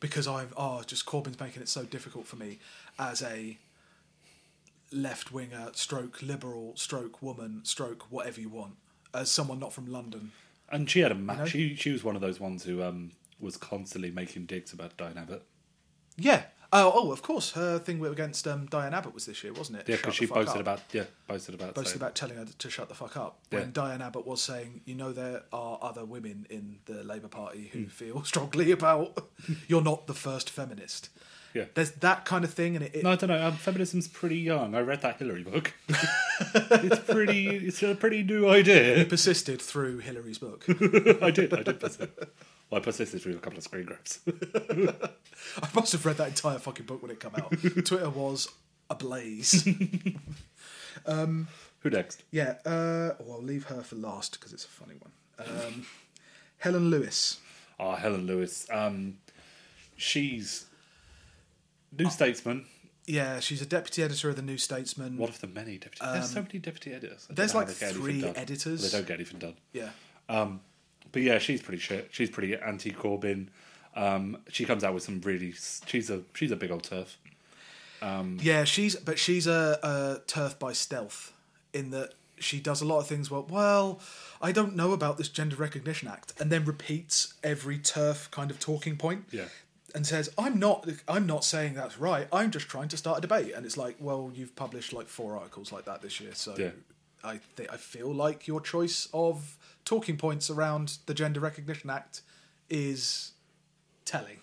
[SPEAKER 1] because I've oh just Corbyn's making it so difficult for me as a left winger, stroke liberal, stroke woman, stroke whatever you want, as someone not from London.
[SPEAKER 2] And she had a match. She she was one of those ones who um was constantly making digs about Diane Abbott.
[SPEAKER 1] Yeah. Oh, oh, of course. Her thing against um, Diane Abbott was this year, wasn't it?
[SPEAKER 2] Yeah,
[SPEAKER 1] Shut
[SPEAKER 2] because
[SPEAKER 1] the
[SPEAKER 2] she
[SPEAKER 1] fuck
[SPEAKER 2] boasted
[SPEAKER 1] up.
[SPEAKER 2] about yeah boasted about
[SPEAKER 1] boasted
[SPEAKER 2] saying-
[SPEAKER 1] about telling her to shut the fuck up.
[SPEAKER 2] Yeah.
[SPEAKER 1] When Diane Abbott was saying, you know, there are other women in the Labour Party
[SPEAKER 2] Hmm.
[SPEAKER 1] who feel strongly about you're not the first feminist.
[SPEAKER 2] Yeah.
[SPEAKER 1] There's that kind of thing, and it, it-
[SPEAKER 2] No, I don't know. Um, feminism's pretty young. I read that Hillary book. it's pretty. It's a pretty new idea.
[SPEAKER 1] persisted through Hillary's book.
[SPEAKER 2] I did. I did persist. Well, I persisted through a couple of screen grabs.
[SPEAKER 1] I must have read that entire fucking book when it came out. Twitter was ablaze.
[SPEAKER 2] Who next?
[SPEAKER 1] yeah, uh, oh, I'll leave her for last because it's a funny one. Um, Helen Lewis.
[SPEAKER 2] Ah, Helen Lewis. Um, she's
[SPEAKER 1] Oh.
[SPEAKER 2] New Statesman.
[SPEAKER 1] Yeah, she's a deputy editor of the New Statesman.
[SPEAKER 2] One of the many deputy. there's so many deputy editors. I don't
[SPEAKER 1] Um, there's
[SPEAKER 2] know how
[SPEAKER 1] like
[SPEAKER 2] they get anything
[SPEAKER 1] three
[SPEAKER 2] done.
[SPEAKER 1] editors.
[SPEAKER 2] They don't get anything done.
[SPEAKER 1] Yeah.
[SPEAKER 2] But yeah, she's pretty shit. She's pretty anti Corbyn. Um, she comes out with some really. s- She's a she's a big old turf.
[SPEAKER 1] Yeah, she's but she's a, a turf by stealth in that she does a lot of things. Well, well, I don't know about this gender recognition act, and then repeats every turf kind of talking point.
[SPEAKER 2] Yeah.
[SPEAKER 1] and says, "I'm not, I'm not saying that's right. I'm just trying to start a debate." And it's like, well, you've published like four articles like that this year, so
[SPEAKER 2] Yeah.
[SPEAKER 1] I think I feel like your choice of talking points around the gender recognition act is telling.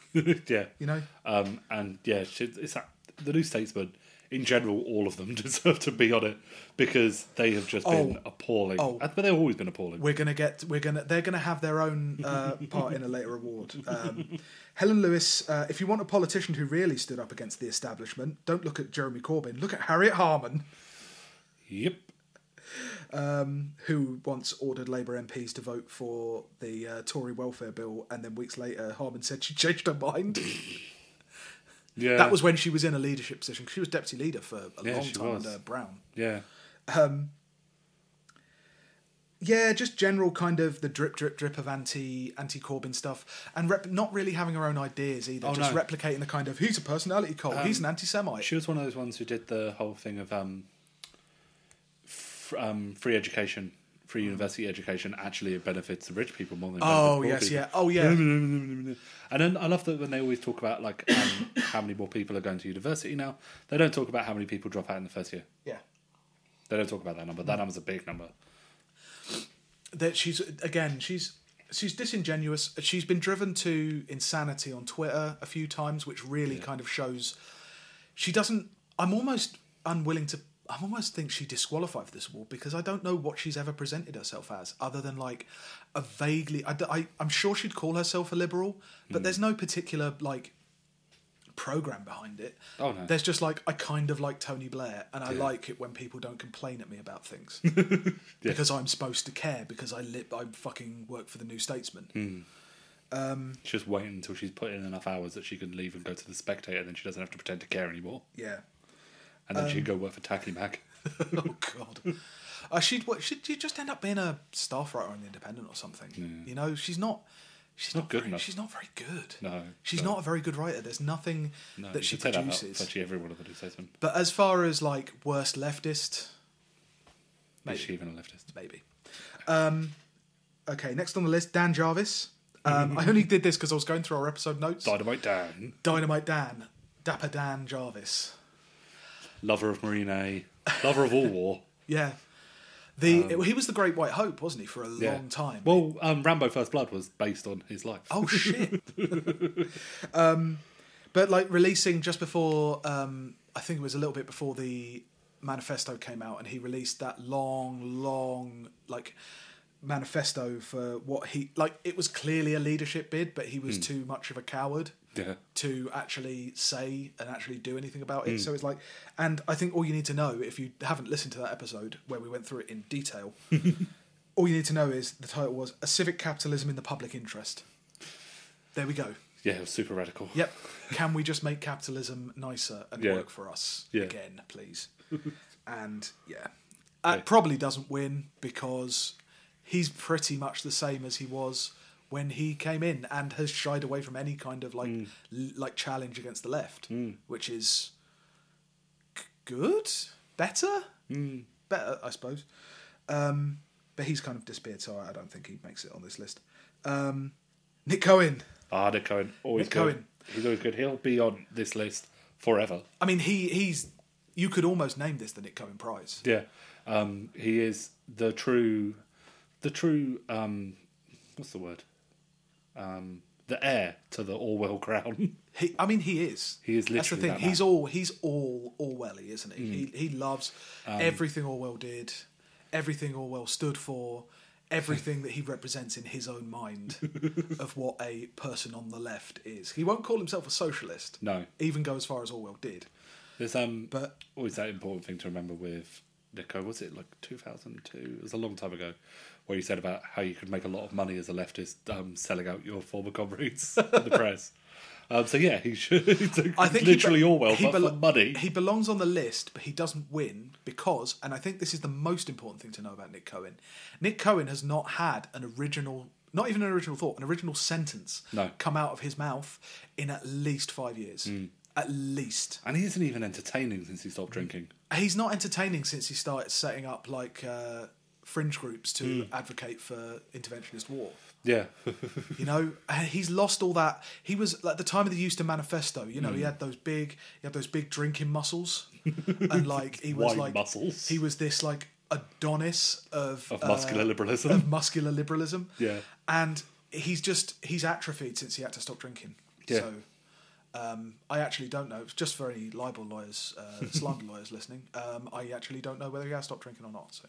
[SPEAKER 2] yeah.
[SPEAKER 1] You know,
[SPEAKER 2] Um, and yeah, she, it's that, the New Statesman in general, all of them deserve to be on it because they have just been
[SPEAKER 1] Oh.
[SPEAKER 2] appalling.
[SPEAKER 1] Oh.
[SPEAKER 2] Uh, But they've always been appalling.
[SPEAKER 1] We're gonna get. We're gonna. They're gonna have their own uh, part in a later award. Um, Helen Lewis. Uh, if you want a politician who really stood up against the establishment, don't look at Jeremy Corbyn. Look at Harriet Harman,
[SPEAKER 2] Yep.
[SPEAKER 1] who once ordered Labour MPs to vote for the uh, Tory welfare bill, and then weeks later, Harman said she changed her mind.
[SPEAKER 2] Yeah.
[SPEAKER 1] That was when she was in a leadership position. She was deputy leader for a
[SPEAKER 2] Yeah,
[SPEAKER 1] long
[SPEAKER 2] she
[SPEAKER 1] time
[SPEAKER 2] was.
[SPEAKER 1] under Brown.
[SPEAKER 2] Yeah.
[SPEAKER 1] Yeah, just general kind of the drip, drip, drip of anti anti Corbyn stuff, and rep- not really having her own ideas either.
[SPEAKER 2] Oh,
[SPEAKER 1] just
[SPEAKER 2] no. Um,
[SPEAKER 1] replicating the kind of he's a personality cult, he's an anti-Semite.
[SPEAKER 2] She was one of those ones who did the whole thing of um, f- um, free education, free university education actually it benefits the rich people more than it
[SPEAKER 1] Mm. oh yes,
[SPEAKER 2] benefits poor
[SPEAKER 1] yeah, oh yeah,
[SPEAKER 2] people. And then I love that when they always talk about like um, how many more people are going to university now, they don't talk about how many people drop out in the first year.
[SPEAKER 1] yeah.
[SPEAKER 2] They don't talk about that
[SPEAKER 1] Mm.
[SPEAKER 2] number. That number's a big number.
[SPEAKER 1] That she's again, she's she's disingenuous. She's been driven to insanity on Twitter a few times, which really kind of shows she doesn't. I'm almost unwilling to. I almost think she disqualified for this award because I don't know what she's ever presented herself as, other than like a vaguely. I, am sure she'd call herself a liberal,
[SPEAKER 2] Hmm.
[SPEAKER 1] but there's no particular like program behind it.
[SPEAKER 2] Oh, no.
[SPEAKER 1] There's just like I kind of like Tony Blair, and I
[SPEAKER 2] Yeah.
[SPEAKER 1] like it when people don't complain at me about things because I'm supposed to care because I li- I fucking work for the New Statesman.
[SPEAKER 2] Hmm. Just wait until she's put in enough hours that she can leave and go to the spectator, and then she doesn't have to pretend to care anymore.
[SPEAKER 1] Yeah.
[SPEAKER 2] And then she can go work for Tacky Mac.
[SPEAKER 1] oh god. Uh, she'd what, she'd she'd just end up being a staff writer on the Independent or something. You know, she's not. She's not,
[SPEAKER 2] Not good
[SPEAKER 1] very,
[SPEAKER 2] enough.
[SPEAKER 1] She's not very good.
[SPEAKER 2] No,
[SPEAKER 1] she's
[SPEAKER 2] no.
[SPEAKER 1] not a very good writer. There's nothing
[SPEAKER 2] No,
[SPEAKER 1] that
[SPEAKER 2] you
[SPEAKER 1] she
[SPEAKER 2] could say about
[SPEAKER 1] produces.
[SPEAKER 2] virtually every one of the newspapermen.
[SPEAKER 1] but as far as like worst leftist,
[SPEAKER 2] Is she even a leftist?
[SPEAKER 1] maybe. Um, okay, next on the list, Dan Jarvis. Um, I only did this because I was going through our episode notes.
[SPEAKER 2] Dynamite Dan,
[SPEAKER 1] Dynamite Dan, Dapper Dan Jarvis.
[SPEAKER 2] lover of Marine, lover of all war.
[SPEAKER 1] Yeah, the he was the Great White Hope, wasn't he, for a
[SPEAKER 2] Um, Yeah.
[SPEAKER 1] long time?
[SPEAKER 2] Well, um, Rambo First Blood was based on his life.
[SPEAKER 1] Oh shit! um, but like releasing just before, um, I think it was a little bit before the manifesto came out, and he released that long, long like manifesto for what he like. It was clearly a leadership bid, but he was too much of a coward
[SPEAKER 2] Yeah.
[SPEAKER 1] to actually say and actually do anything about it. So it's like, and I think all you need to know if you haven't listened to that episode where we went through it in detail. All you need to know is the title was A Civic Capitalism in the Public Interest. There we go.
[SPEAKER 2] Yeah, it was super radical.
[SPEAKER 1] Yep. Can we just make capitalism nicer and
[SPEAKER 2] Yeah.
[SPEAKER 1] work for us
[SPEAKER 2] Yeah.
[SPEAKER 1] again, please? and yeah. Uh, Probably doesn't win because he's pretty much the same as he was when he came in and has shied away from any kind of like l- like challenge against the left, which is g- good, better, better, I suppose. Um, but he's kind of disappeared, so I I don't think he makes it on this list. Um, Nick Cohen.
[SPEAKER 2] Ah, Nick Cohen. Always
[SPEAKER 1] Nick
[SPEAKER 2] good.
[SPEAKER 1] Cohen.
[SPEAKER 2] He's always good. He'll be on this list forever.
[SPEAKER 1] I mean, he he's you could almost name this the Nick Cohen Prize.
[SPEAKER 2] Yeah. Um, he is the true, the true, um, what's the word? Um, the heir to the Orwell crown.
[SPEAKER 1] He, I mean, he is.
[SPEAKER 2] He is
[SPEAKER 1] That's the
[SPEAKER 2] literally
[SPEAKER 1] thing.
[SPEAKER 2] that man. Mm-hmm.
[SPEAKER 1] he's all he's all Orwelly, isn't he? He he loves
[SPEAKER 2] Um,
[SPEAKER 1] everything Orwell did, everything Orwell stood for, everything that he represents in his own mind of what a person on the left is. He won't call himself a socialist.
[SPEAKER 2] No.
[SPEAKER 1] even go as far as Orwell did.
[SPEAKER 2] There's um,
[SPEAKER 1] But-
[SPEAKER 2] always that important thing to remember with Nico. Was it like 2002? It was a long time ago, where you said about how you could make a lot of money as a leftist um, selling out your former comrades in the press. Um, so yeah, he should. He's a-
[SPEAKER 1] I think he be-
[SPEAKER 2] literally Orwell,
[SPEAKER 1] he
[SPEAKER 2] but
[SPEAKER 1] belo-
[SPEAKER 2] for money.
[SPEAKER 1] He belongs on the list, but he doesn't win because, and I think this is the most important thing to know about Nick Cohen. Nick Cohen has not had an original, not even an original thought, an original sentence
[SPEAKER 2] No. Hmm.
[SPEAKER 1] come out of his mouth in at least five years. At least
[SPEAKER 2] and he isn't even entertaining since he stopped drinking.
[SPEAKER 1] he's not entertaining since he started setting up like uh, fringe groups to
[SPEAKER 2] Hmm.
[SPEAKER 1] advocate for interventionist war.
[SPEAKER 2] Yeah,
[SPEAKER 1] You know, uh, he's lost all that. He was like the time of the Houston Manifesto. You know,
[SPEAKER 2] Mm.
[SPEAKER 1] he had those big, he had those big drinking muscles, and like he was
[SPEAKER 2] Wine
[SPEAKER 1] like
[SPEAKER 2] muscles.
[SPEAKER 1] He was this like Adonis of
[SPEAKER 2] of
[SPEAKER 1] uh,
[SPEAKER 2] muscular liberalism.
[SPEAKER 1] of muscular liberalism.
[SPEAKER 2] Yeah.
[SPEAKER 1] and he's just he's atrophied since he had to stop drinking.
[SPEAKER 2] Yeah.
[SPEAKER 1] So, Um, I actually don't know. Just for any libel lawyers, uh, slander lawyers listening, um, I actually don't know whether he has stopped drinking or not. So.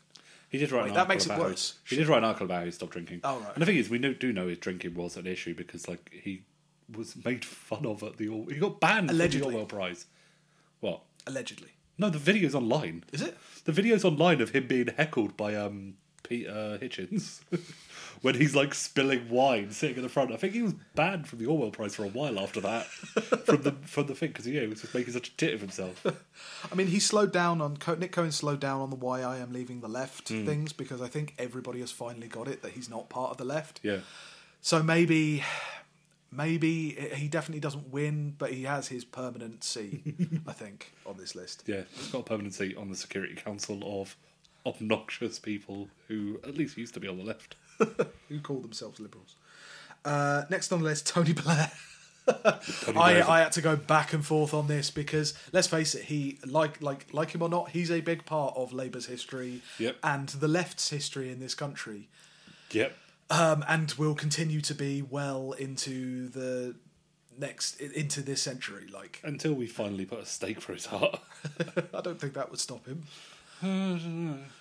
[SPEAKER 2] He did write
[SPEAKER 1] Wait,
[SPEAKER 2] an
[SPEAKER 1] that
[SPEAKER 2] article
[SPEAKER 1] makes it
[SPEAKER 2] about
[SPEAKER 1] worse.
[SPEAKER 2] How he, he did write an article about how he stopped drinking.
[SPEAKER 1] Oh, right.
[SPEAKER 2] And the thing is, we know, do know his drinking was an issue because like he was made fun of at the Or- he got banned
[SPEAKER 1] Allegedly.
[SPEAKER 2] from the Orwell Prize. What?
[SPEAKER 1] Allegedly,
[SPEAKER 2] No, the video's online.
[SPEAKER 1] is it?
[SPEAKER 2] The video's online of him being heckled by um Peter Hitchens when he's like spilling wine sitting in the front. I think he was banned from the Orwell Prize for a while after that from the from the thing because yeah, he was just making such a tit of himself.
[SPEAKER 1] I mean, he slowed down on Co- Nick Cohen slowed down on the why I am leaving the left
[SPEAKER 2] Hmm.
[SPEAKER 1] things because I think everybody has finally got it that he's not part of the left.
[SPEAKER 2] Yeah,
[SPEAKER 1] So maybe, maybe he definitely doesn't win, but he has his permanent seat. I think on this list.
[SPEAKER 2] yeah, he's got a permanent seat on the Security Council of obnoxious people who at least used to be on the left.
[SPEAKER 1] who call themselves liberals. Uh, next on the list, Tony Blair.
[SPEAKER 2] Tony
[SPEAKER 1] I,
[SPEAKER 2] Blair's a-
[SPEAKER 1] I had to go back and forth on this because let's face it, he like like like him or not, he's a big part of Labour's history
[SPEAKER 2] Yep.
[SPEAKER 1] and the left's history in this country,
[SPEAKER 2] Yep.
[SPEAKER 1] um, and will continue to be well into the next i- into this century. Like
[SPEAKER 2] Until we finally put a stake for his heart.
[SPEAKER 1] I don't think that would stop him.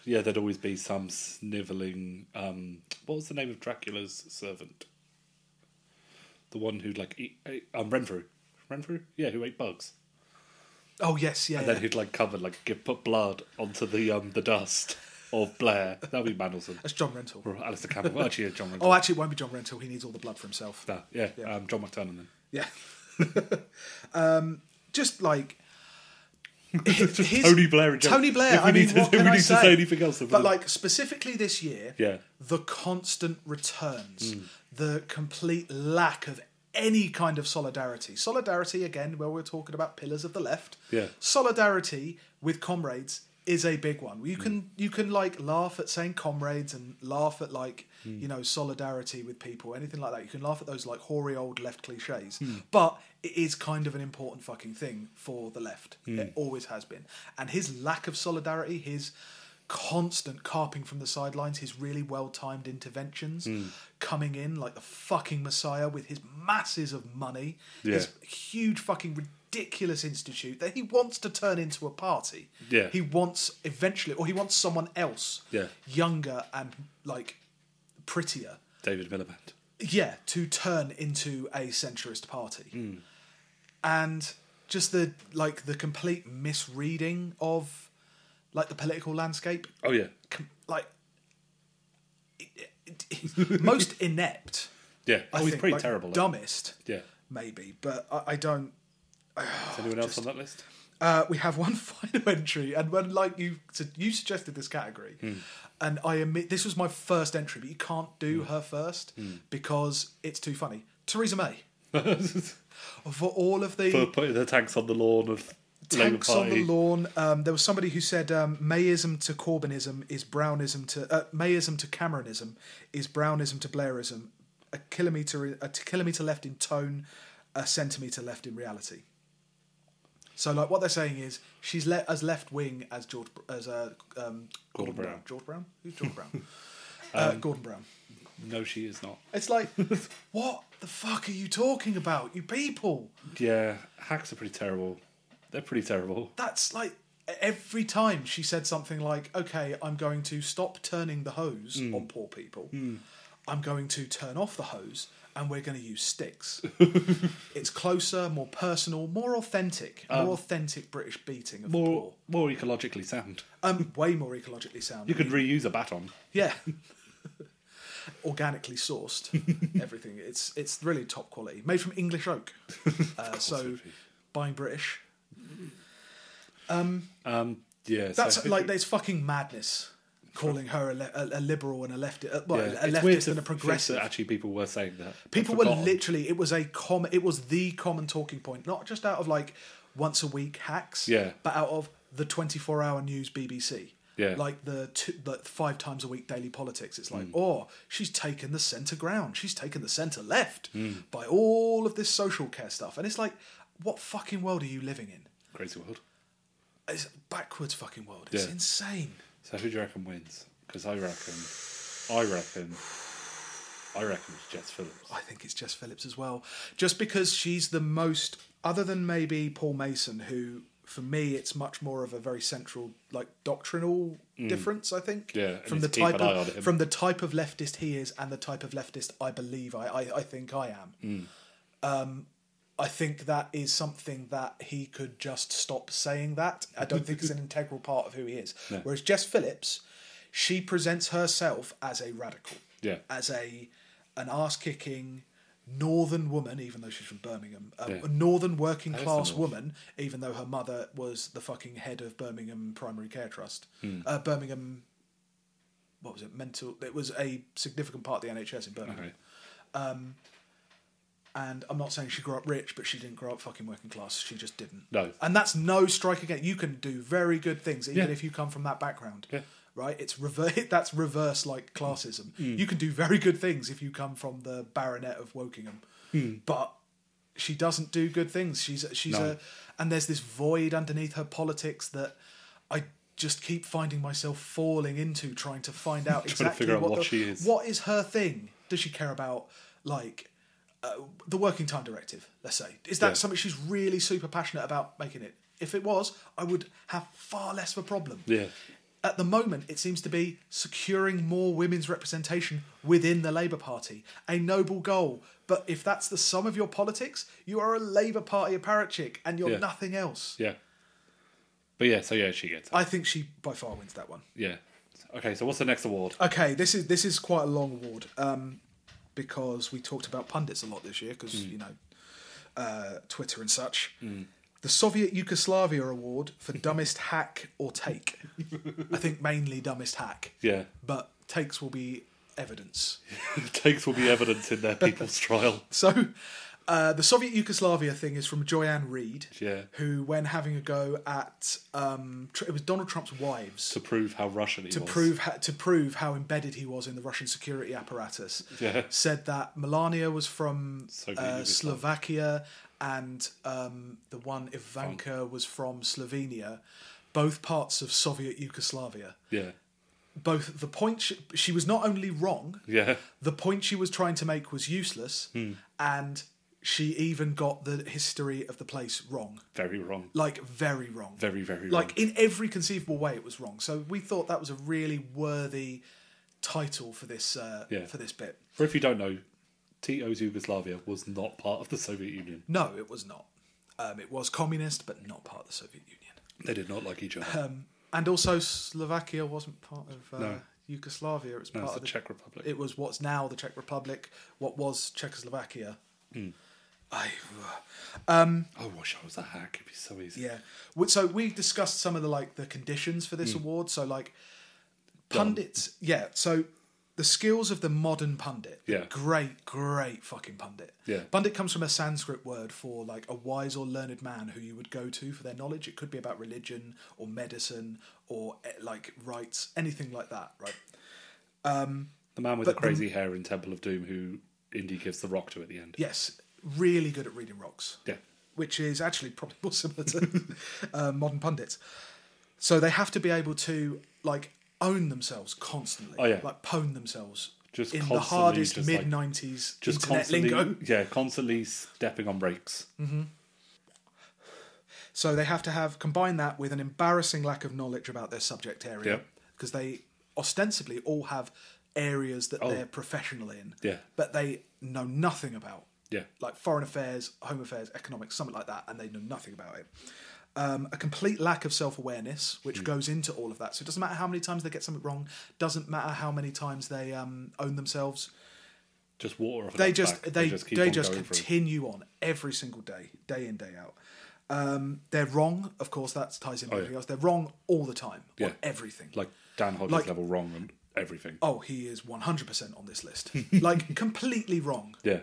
[SPEAKER 2] yeah, there'd always be some snivelling. Um, what was the name of Dracula's servant? The one who'd like eat. ate- Um, Renfrew. Renfrew? Yeah, who ate bugs.
[SPEAKER 1] Oh yes, yeah.
[SPEAKER 2] And
[SPEAKER 1] yeah.
[SPEAKER 2] then who'd like cover, like give, put blood onto the um the dust of Blair. That'd be Mandelson.
[SPEAKER 1] That's John Rental.
[SPEAKER 2] or Alistair Campbell. Actually, yeah, John Renfrew.
[SPEAKER 1] Oh, actually, it won't be John Rental. He needs all the blood for himself.
[SPEAKER 2] No, yeah, Um, John McTurnan then.
[SPEAKER 1] Yeah. um, just like
[SPEAKER 2] It's just
[SPEAKER 1] his-
[SPEAKER 2] Tony Blair and John-
[SPEAKER 1] Tony Blair.
[SPEAKER 2] If we
[SPEAKER 1] I
[SPEAKER 2] need
[SPEAKER 1] mean,
[SPEAKER 2] to,
[SPEAKER 1] what
[SPEAKER 2] if
[SPEAKER 1] can
[SPEAKER 2] we
[SPEAKER 1] I
[SPEAKER 2] need
[SPEAKER 1] say?
[SPEAKER 2] to say anything else.
[SPEAKER 1] But like specifically this year,
[SPEAKER 2] Yeah.
[SPEAKER 1] the constant returns, the complete lack of any kind of solidarity. Solidarity again, where we're talking about pillars of the left.
[SPEAKER 2] Yeah.
[SPEAKER 1] Solidarity with comrades is a big one. You can you can like laugh at saying comrades and laugh at like you know solidarity with people, anything like that. You can laugh at those like hoary old left cliches, but it is kind of an important fucking thing for the left. It always has been. And his lack of solidarity, his constant carping from the sidelines, his really well timed interventions, coming in like the fucking messiah with his masses of money, his
[SPEAKER 2] Yeah.
[SPEAKER 1] huge fucking ridiculous institute that he wants to turn into a party.
[SPEAKER 2] Yeah.
[SPEAKER 1] He wants eventually, or he wants someone else,
[SPEAKER 2] Yeah.
[SPEAKER 1] younger and like prettier,
[SPEAKER 2] David Miliband.
[SPEAKER 1] yeah, to turn into a centrist party.
[SPEAKER 2] Hmm.
[SPEAKER 1] And just the like the complete misreading of like the political landscape
[SPEAKER 2] Oh yeah,
[SPEAKER 1] com- like it- it- it- most inept.
[SPEAKER 2] yeah.
[SPEAKER 1] I
[SPEAKER 2] Oh, he's
[SPEAKER 1] think,
[SPEAKER 2] pretty
[SPEAKER 1] like,
[SPEAKER 2] terrible. at-
[SPEAKER 1] Dumbest,
[SPEAKER 2] Yeah.
[SPEAKER 1] maybe, but I, I don't.
[SPEAKER 2] Is anyone else on that list?
[SPEAKER 1] Uh, we have one final entry, and when like you su- you suggested this category, and I admit this was my first entry, but you can't do her first because it's too funny. Theresa May for all of the
[SPEAKER 2] For putting the tanks on the lawn of Labour
[SPEAKER 1] tanks on
[SPEAKER 2] Party.
[SPEAKER 1] the lawn. Um, there was somebody who said um, Mayism to Corbynism is Brownism to uh, Mayism to Cameronism is Brownism to Blairism. A kilometer, a t- kilometer left in tone, a centimeter left in reality. So, like, what they're saying is she's le- as left wing as George as uh, um,
[SPEAKER 2] Gordon Brown. Um,
[SPEAKER 1] George Brown. Who's George Brown? uh, Gordon Brown.
[SPEAKER 2] No, she is not.
[SPEAKER 1] It's like, what the fuck are you talking about, you people?
[SPEAKER 2] Yeah, hacks are pretty terrible. They're pretty terrible.
[SPEAKER 1] that's like e-, every time she said something like, "Okay, I'm going to stop turning the hose
[SPEAKER 2] Hmm.
[SPEAKER 1] on poor people. I'm going to turn off the hose, and we're going to use sticks." it's closer, more personal, more authentic, more authentic British beating of the
[SPEAKER 2] Um, More,
[SPEAKER 1] poor.
[SPEAKER 2] more ecologically sound.
[SPEAKER 1] Um, way more ecologically sound.
[SPEAKER 2] You could reuse a baton.
[SPEAKER 1] yeah. Organically sourced, everything. It's it's really top quality, made from English oak. Uh, so,
[SPEAKER 2] it'd be.
[SPEAKER 1] buying British.
[SPEAKER 2] Um, yeah, so-
[SPEAKER 1] That's like there's fucking madness calling her a, le- a, a liberal and a leftist, uh, well,
[SPEAKER 2] Yeah,
[SPEAKER 1] a
[SPEAKER 2] it's weird
[SPEAKER 1] leftist
[SPEAKER 2] to
[SPEAKER 1] and a
[SPEAKER 2] think
[SPEAKER 1] progressive.
[SPEAKER 2] That actually, people were saying that. I'd
[SPEAKER 1] People were
[SPEAKER 2] forgotten.
[SPEAKER 1] literally it was a common it was the common talking point, not just out of like once a week hacks,
[SPEAKER 2] Yeah.
[SPEAKER 1] but out of the 24 hour news BBC.
[SPEAKER 2] Yeah. Mm.
[SPEAKER 1] Like the, two, the five times a week daily politics. It's like, oh, she's taken the centre ground. She's taken the centre left
[SPEAKER 2] Mm.
[SPEAKER 1] by all of this social care stuff. And it's like, what fucking world are you living in?
[SPEAKER 2] crazy world.
[SPEAKER 1] It's a backwards fucking world. It's
[SPEAKER 2] Yeah.
[SPEAKER 1] insane.
[SPEAKER 2] So who do you reckon wins? Because I reckon, I reckon, I reckon it's Jess Phillips.
[SPEAKER 1] I think it's Jess Phillips as well. Just because she's the most other than maybe Paul Mason, who for me it's much more of a very central like doctrinal difference. I think
[SPEAKER 2] Mm. Yeah, and
[SPEAKER 1] from
[SPEAKER 2] it's
[SPEAKER 1] the
[SPEAKER 2] keep
[SPEAKER 1] type
[SPEAKER 2] an eye on
[SPEAKER 1] of
[SPEAKER 2] him.
[SPEAKER 1] from the type of leftist he is and the type of leftist I believe I I, I think I am.
[SPEAKER 2] Mm.
[SPEAKER 1] Um, I think that is something that he could just stop saying that. I don't think it's an integral part of who he is. Whereas Jess Phillips, she presents herself as a radical
[SPEAKER 2] Yeah.
[SPEAKER 1] as a an ass kicking northern woman, even though she's from Birmingham, um,
[SPEAKER 2] Yeah.
[SPEAKER 1] a northern working
[SPEAKER 2] is the
[SPEAKER 1] class
[SPEAKER 2] north.
[SPEAKER 1] woman, even though her mother was the fucking head of Birmingham Primary Care Trust,
[SPEAKER 2] Hmm.
[SPEAKER 1] uh, Birmingham. What was it? Mental. It was a significant part of the NHS in Birmingham.
[SPEAKER 2] Okay.
[SPEAKER 1] And I'm not saying she grew up rich, but she didn't grow up fucking working class. She just didn't.
[SPEAKER 2] No.
[SPEAKER 1] And that's no strike against. You can do very good things even
[SPEAKER 2] Yeah.
[SPEAKER 1] if you come from that background.
[SPEAKER 2] Yeah.
[SPEAKER 1] Right? It's reverse. That's reverse like classism.
[SPEAKER 2] Mm.
[SPEAKER 1] You can do very good things if you come from the baronet of Wokingham. But she doesn't do good things. She's she's
[SPEAKER 2] Hmm. No.
[SPEAKER 1] a and there's this void underneath her politics that I just keep finding myself falling into trying to find out
[SPEAKER 2] Trying to
[SPEAKER 1] exactly
[SPEAKER 2] figure out
[SPEAKER 1] what
[SPEAKER 2] what
[SPEAKER 1] the-
[SPEAKER 2] she is.
[SPEAKER 1] What is her thing? Does she care about like uh, the working time directive? Let's say is that
[SPEAKER 2] Yeah.
[SPEAKER 1] something she's really super passionate about making it? If it was, I would have far less of a problem.
[SPEAKER 2] Yeah.
[SPEAKER 1] At the moment, it seems to be securing more women's representation within the Labour Party, a noble goal. But if that's the sum of your politics, you are a Labour Party apparatchik and you're
[SPEAKER 2] Yeah.
[SPEAKER 1] nothing else.
[SPEAKER 2] Yeah. But yeah, so yeah, she gets it.
[SPEAKER 1] I think she by far wins that one.
[SPEAKER 2] Yeah. Okay, so what's the next award?
[SPEAKER 1] Okay, this is this is quite a long award um, because we talked about pundits a lot this year
[SPEAKER 2] Mm.
[SPEAKER 1] because you know uh, Twitter and such. The Soviet Yugoslavia Award for dumbest hack or take. I think mainly dumbest hack,
[SPEAKER 2] Yeah.
[SPEAKER 1] but takes will be evidence.
[SPEAKER 2] Takes will be evidence in their people's trial.
[SPEAKER 1] So, uh, the Soviet Yugoslavia thing is from Joyanne Reed,
[SPEAKER 2] Yeah.
[SPEAKER 1] who, when having a go at um, tr- it was Donald Trump's wives
[SPEAKER 2] To prove how Russian he
[SPEAKER 1] to
[SPEAKER 2] was.
[SPEAKER 1] prove ho- to prove how embedded he was in the Russian security apparatus,
[SPEAKER 2] Yeah.
[SPEAKER 1] said that Melania was from
[SPEAKER 2] Soviet
[SPEAKER 1] uh,
[SPEAKER 2] Yugoslavia.
[SPEAKER 1] Slovakia and um, the one Ivanka was from Slovenia, both parts of Soviet Yugoslavia.
[SPEAKER 2] Yeah.
[SPEAKER 1] Both the point she, she was not only wrong,
[SPEAKER 2] Yeah.
[SPEAKER 1] the point she was trying to make was useless,
[SPEAKER 2] Hmm.
[SPEAKER 1] and she even got the history of the place wrong,
[SPEAKER 2] Very wrong.
[SPEAKER 1] like very wrong
[SPEAKER 2] Very, very
[SPEAKER 1] like in every conceivable way it was wrong so we thought that was a really worthy title for this uh,
[SPEAKER 2] Yeah.
[SPEAKER 1] for this bit
[SPEAKER 2] For if you don't know, Tito's Yugoslavia was not part of the Soviet Union.
[SPEAKER 1] no it was not um, it was communist but not part of the soviet union
[SPEAKER 2] They did not like each other.
[SPEAKER 1] um, and also slovakia wasn't part of uh,
[SPEAKER 2] No.
[SPEAKER 1] yugoslavia it was
[SPEAKER 2] No,
[SPEAKER 1] part
[SPEAKER 2] it's the
[SPEAKER 1] of the
[SPEAKER 2] Czech Republic.
[SPEAKER 1] it was what's now the czech republic what was czechoslovakia
[SPEAKER 2] Hmm.
[SPEAKER 1] I, uh,
[SPEAKER 2] Oh, I wish I was a hack. It'd be so easy.
[SPEAKER 1] yeah W- so we discussed some of the like the conditions for
[SPEAKER 2] Hmm.
[SPEAKER 1] this award so like pundits yeah so the skills of the modern pundit the
[SPEAKER 2] Yeah.
[SPEAKER 1] great great fucking pundit
[SPEAKER 2] Yeah.
[SPEAKER 1] pundit comes from a sanskrit word for like a wise or learned man who you would go to for their knowledge it could be about religion or medicine or eh, like rights anything like that right
[SPEAKER 2] The man with
[SPEAKER 1] But
[SPEAKER 2] the
[SPEAKER 1] the-
[SPEAKER 2] crazy hair in Temple of Doom who Indy gives the rock to at the end.
[SPEAKER 1] yes really good at reading rocks
[SPEAKER 2] Yeah.
[SPEAKER 1] which is actually probably more similar to uh, modern pundits. So they have to be able to like own themselves constantly,
[SPEAKER 2] Oh, yeah.
[SPEAKER 1] like pwn themselves,
[SPEAKER 2] Just
[SPEAKER 1] in the
[SPEAKER 2] constantly
[SPEAKER 1] hardest
[SPEAKER 2] just, like-
[SPEAKER 1] mid nineties
[SPEAKER 2] Just
[SPEAKER 1] internet
[SPEAKER 2] constantly.
[SPEAKER 1] lingo.
[SPEAKER 2] Yeah, constantly stepping on brakes.
[SPEAKER 1] So they have to have combine that with an embarrassing lack of knowledge about their subject area
[SPEAKER 2] Yep.
[SPEAKER 1] because they ostensibly all have areas that they're professional in,
[SPEAKER 2] Oh. Yeah.
[SPEAKER 1] but they know nothing about.
[SPEAKER 2] Yeah.
[SPEAKER 1] like foreign affairs, home affairs, economics, something like that, and they know nothing about it. Um, a complete lack of self awareness,
[SPEAKER 2] Hmm.
[SPEAKER 1] which goes into all of that. So it doesn't matter how many times they get something wrong, doesn't matter how many times they um, own themselves.
[SPEAKER 2] Just water off.
[SPEAKER 1] They
[SPEAKER 2] another
[SPEAKER 1] just
[SPEAKER 2] back.
[SPEAKER 1] they they just,
[SPEAKER 2] just keep on going for it.
[SPEAKER 1] continue on every single day, day in day out. Um, they're wrong, of course. That ties in with
[SPEAKER 2] Oh, yeah.
[SPEAKER 1] everything else. They're wrong all the time
[SPEAKER 2] Yeah.
[SPEAKER 1] on everything.
[SPEAKER 2] like Dan Hodges
[SPEAKER 1] Like-
[SPEAKER 2] level wrong and everything.
[SPEAKER 1] oh, he is one hundred percent on this list, like completely wrong.
[SPEAKER 2] Yeah,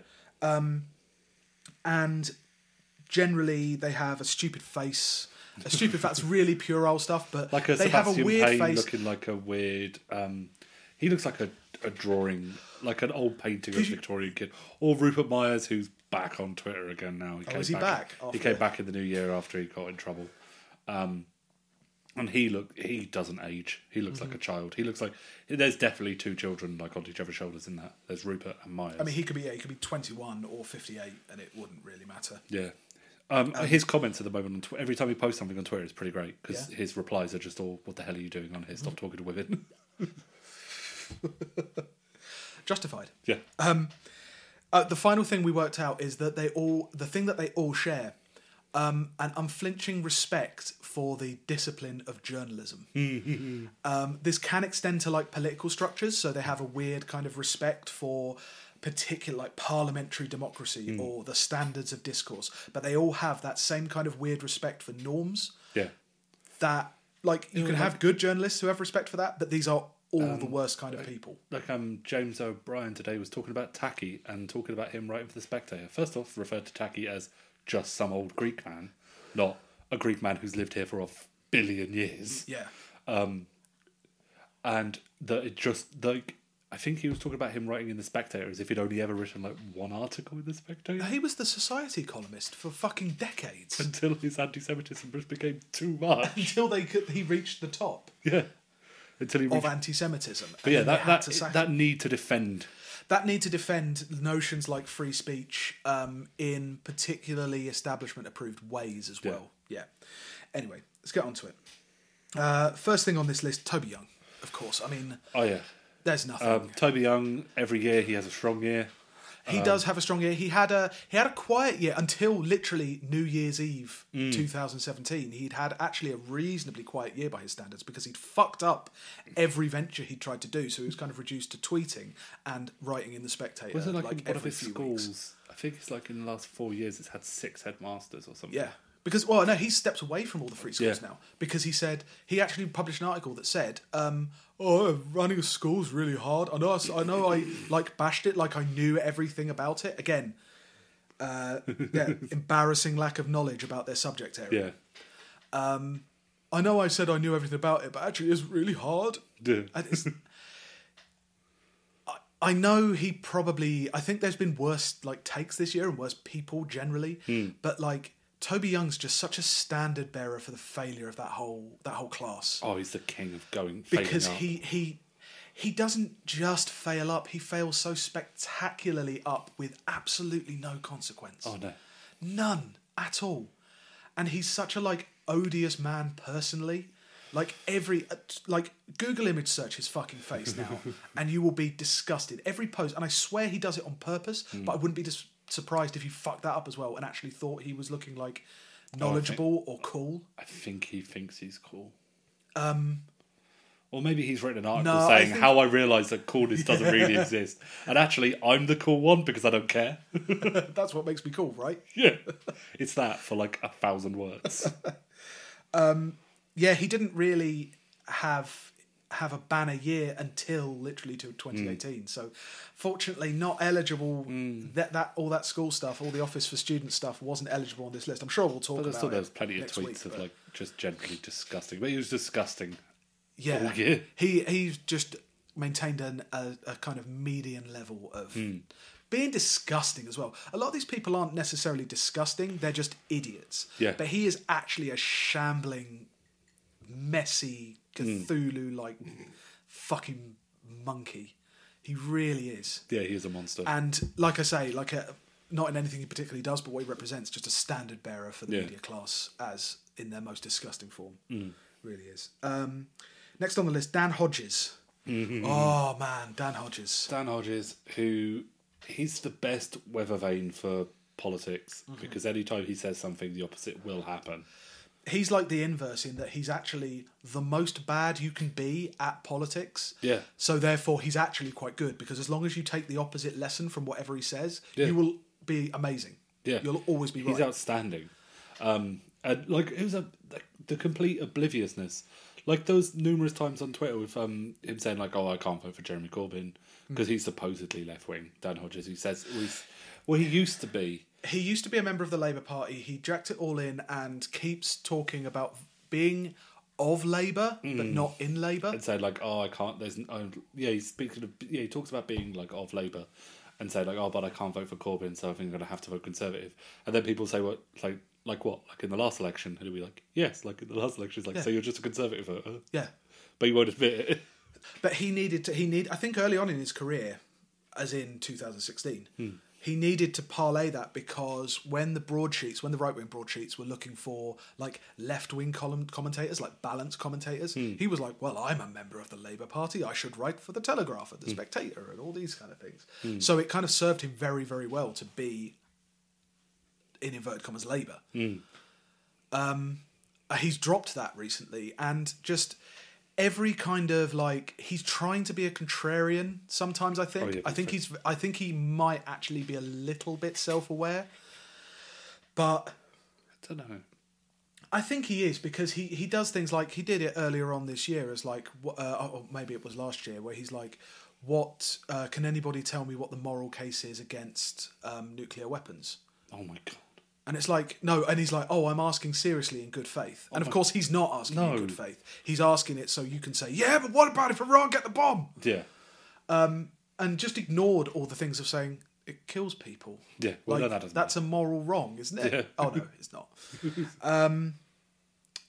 [SPEAKER 1] and generally they have a stupid face. A stupid that's really puerile stuff, but
[SPEAKER 2] like a
[SPEAKER 1] they
[SPEAKER 2] Sebastian
[SPEAKER 1] have a weird
[SPEAKER 2] Payne
[SPEAKER 1] face.
[SPEAKER 2] looking like a weird. Um, he looks like a, a drawing, like an old painting of a Victorian kid, or Rupert Myers, who's back on Twitter again now. He oh, came
[SPEAKER 1] is he back
[SPEAKER 2] he
[SPEAKER 1] after
[SPEAKER 2] came
[SPEAKER 1] the-
[SPEAKER 2] back in the new year after he got in trouble, um, and he look he doesn't age. He looks
[SPEAKER 1] Mm-hmm.
[SPEAKER 2] like a child. He looks like there's definitely two children like on each other's shoulders in that. There's Rupert and Myers.
[SPEAKER 1] I mean, he could be yeah, he could be twenty one or fifty eight, and it wouldn't really matter.
[SPEAKER 2] Yeah. Um, his comments at the moment on tw- every time he posts something on Twitter is pretty great because
[SPEAKER 1] Yeah.
[SPEAKER 2] his replies are just all "What the hell are you doing on here? Stop talking to women."
[SPEAKER 1] Justified.
[SPEAKER 2] yeah,
[SPEAKER 1] Uh, the final thing we worked out is that they all the thing that they all share um, an unflinching respect for the discipline of journalism. um, this can extend to like political structures, so they have a weird kind of respect for particular like parliamentary democracy or the standards of discourse. But they all have that same kind of weird respect for norms
[SPEAKER 2] yeah.
[SPEAKER 1] that like you Um, can have good journalists who have respect for that, but these are all the worst kind of people.
[SPEAKER 2] Like um, James O'Brien today was talking about Tacky and talking about him writing for the Spectator. First off, referred to Tacky as just some old Greek man, not a Greek man who's lived here for a f- billion years.
[SPEAKER 1] Yeah.
[SPEAKER 2] and that it just like I think he was talking about him writing in the Spectator as if he'd only ever written like one article in the Spectator
[SPEAKER 1] He was the society columnist for fucking decades.
[SPEAKER 2] until his anti-Semitism just became too much.
[SPEAKER 1] until they could he reached the top
[SPEAKER 2] yeah, until he reached.
[SPEAKER 1] of anti-Semitism.
[SPEAKER 2] but yeah, that that,
[SPEAKER 1] to sack
[SPEAKER 2] that need to defend.
[SPEAKER 1] that need to defend notions like free speech um, in particularly establishment-approved ways as well. Yeah. Anyway, let's get on to it. Uh, first thing on this list, Toby Young, of course. I mean,
[SPEAKER 2] Oh yeah,
[SPEAKER 1] there's nothing.
[SPEAKER 2] um, Toby Young. Every year he has a strong year. Um,
[SPEAKER 1] He does have a strong year. He had a he had a quiet year until literally New Year's Eve
[SPEAKER 2] Mm.
[SPEAKER 1] 2017. He'd had actually a reasonably quiet year by his standards because he'd fucked up every venture he tried to do. So he was kind of reduced to tweeting and writing in the Spectator.
[SPEAKER 2] Was it like, in one
[SPEAKER 1] every
[SPEAKER 2] of his
[SPEAKER 1] few
[SPEAKER 2] schools?
[SPEAKER 1] Weeks.
[SPEAKER 2] I think it's like in the last four years it's had six headmasters or something.
[SPEAKER 1] Yeah. Because well, no, he stepped away from all the free schools
[SPEAKER 2] Yeah.
[SPEAKER 1] now because he said he actually published an article that said, um, "Oh, running a school's really hard. I know. I, s- I know. I like bashed it. Like I knew everything about it. Again, uh, yeah, embarrassing lack of knowledge about their subject area.
[SPEAKER 2] yeah,
[SPEAKER 1] I know. I said I knew everything about it, but actually, it's really hard.
[SPEAKER 2] yeah.
[SPEAKER 1] And it's, I, I know he probably. I think there's been worse like takes this year and worse people generally. But like Toby Young's just such a standard bearer for the failure of that whole that whole class
[SPEAKER 2] Oh, he's the king of going failing
[SPEAKER 1] because
[SPEAKER 2] up.
[SPEAKER 1] he he he doesn't just fail up. He fails so spectacularly up with absolutely no consequence.
[SPEAKER 2] Oh no.
[SPEAKER 1] None at all. And he's such a like odious man personally. Like every uh, t- like Google image search his fucking face now, and you will be disgusted. Every post, and I swear he does it on purpose. But I wouldn't be dis- surprised if he fucked that up as well and actually thought he was looking like knowledgeable or cool.
[SPEAKER 2] I think he thinks he's cool. Um, or maybe he's written an article
[SPEAKER 1] No, I
[SPEAKER 2] saying
[SPEAKER 1] think-
[SPEAKER 2] how I realised that coolness doesn't really exist, and actually I'm the cool one because I don't care.
[SPEAKER 1] That's what makes me cool, right?
[SPEAKER 2] yeah, it's that for like a thousand words.
[SPEAKER 1] yeah, he didn't really have have a banner year until literally to 2018.
[SPEAKER 2] Mm.
[SPEAKER 1] So, fortunately, not eligible. That that all that school stuff, all the Office for Student stuff, wasn't eligible on this list. I'm sure we'll talk
[SPEAKER 2] But I
[SPEAKER 1] about
[SPEAKER 2] still,
[SPEAKER 1] it.
[SPEAKER 2] there's plenty of
[SPEAKER 1] next
[SPEAKER 2] tweets
[SPEAKER 1] week,
[SPEAKER 2] of
[SPEAKER 1] but-
[SPEAKER 2] like just generally disgusting. But he was disgusting.
[SPEAKER 1] yeah,
[SPEAKER 2] all year.
[SPEAKER 1] he he's just maintained an, a, a kind of median level of.
[SPEAKER 2] Hmm.
[SPEAKER 1] Being disgusting as well. A lot of these people aren't necessarily disgusting; they're just idiots.
[SPEAKER 2] Yeah.
[SPEAKER 1] But he is actually a shambling messy
[SPEAKER 2] Hmm.
[SPEAKER 1] Cthulhu like fucking monkey. He really is.
[SPEAKER 2] Yeah, he is a monster.
[SPEAKER 1] And like I say, like a not in anything he particularly does, but what he represents, just a standard bearer for the
[SPEAKER 2] Yeah. Mm.
[SPEAKER 1] media class as in their most disgusting form. Really is. Um, next on the list, Dan Hodges.
[SPEAKER 2] Mm-hmm.
[SPEAKER 1] Oh man, Dan Hodges.
[SPEAKER 2] Dan Hodges, who he's the best weather vane for politics because anytime he says something, the opposite will happen.
[SPEAKER 1] He's like the inverse in that he's actually the most bad you can be at politics.
[SPEAKER 2] Yeah.
[SPEAKER 1] So therefore, he's actually quite good because as long as you take the opposite lesson from whatever he says, you will be amazing.
[SPEAKER 2] Yeah.
[SPEAKER 1] you'll always be
[SPEAKER 2] He's
[SPEAKER 1] right.
[SPEAKER 2] outstanding. Um, and like it was a like, the complete obliviousness. Like those numerous times on Twitter with um, him saying like, "Oh, I can't vote for Jeremy Corbyn because he's supposedly left wing." Dan Hodges, who says, well, he's, "Well, he used to be."
[SPEAKER 1] he used to be a member of the Labour Party. He jacked it all in and keeps talking about being of Labour but not in Labour.
[SPEAKER 2] and say like, "Oh, I can't." There's an, oh, yeah, he speaks of yeah, he talks about being like of Labour, and say like, "Oh, but I can't vote for Corbyn, so I think I'm going to have to vote Conservative." And then people say, "What like like what like in the last election?" And he'll be like, "Yes, like in the last election." He's like, "So you're just a Conservative voter?"
[SPEAKER 1] Yeah,
[SPEAKER 2] but you won't admit it.
[SPEAKER 1] but he needed to. He need. I think early on in his career, as in 2016, he needed to parlay that because when the broadsheets, when the right wing broadsheets were looking for like left wing column commentators, like balance commentators, he was like, "Well, I'm a member of the Labour Party. I should write for the Telegraph and the Spectator and all these kind of things." So it kind of served him very, very well to be in inverted commas Labour. Uh, he's dropped that recently and just every kind of like he's trying to be a contrarian sometimes i think
[SPEAKER 2] yeah,
[SPEAKER 1] i think he's i think he might actually be a little bit self-aware but
[SPEAKER 2] I don't know.
[SPEAKER 1] I think he is because he, he does things like he did it earlier on this year as like wh- uh, or maybe it was last year where he's like, what uh, can anybody tell me what the moral case is against um, nuclear weapons?
[SPEAKER 2] Oh my god.
[SPEAKER 1] And it's like no, and he's like, oh, I'm asking seriously in good faith, and of course he's not asking in
[SPEAKER 2] Oh No.
[SPEAKER 1] good faith. He's asking it so you can say, yeah, but what about if Iran get the bomb?
[SPEAKER 2] Yeah.
[SPEAKER 1] And just ignored all the things of saying it kills people.
[SPEAKER 2] Yeah. Well,
[SPEAKER 1] like,
[SPEAKER 2] no, that doesn't.
[SPEAKER 1] that's a moral wrong, isn't it?
[SPEAKER 2] Yeah.
[SPEAKER 1] Oh no, it's not. Um,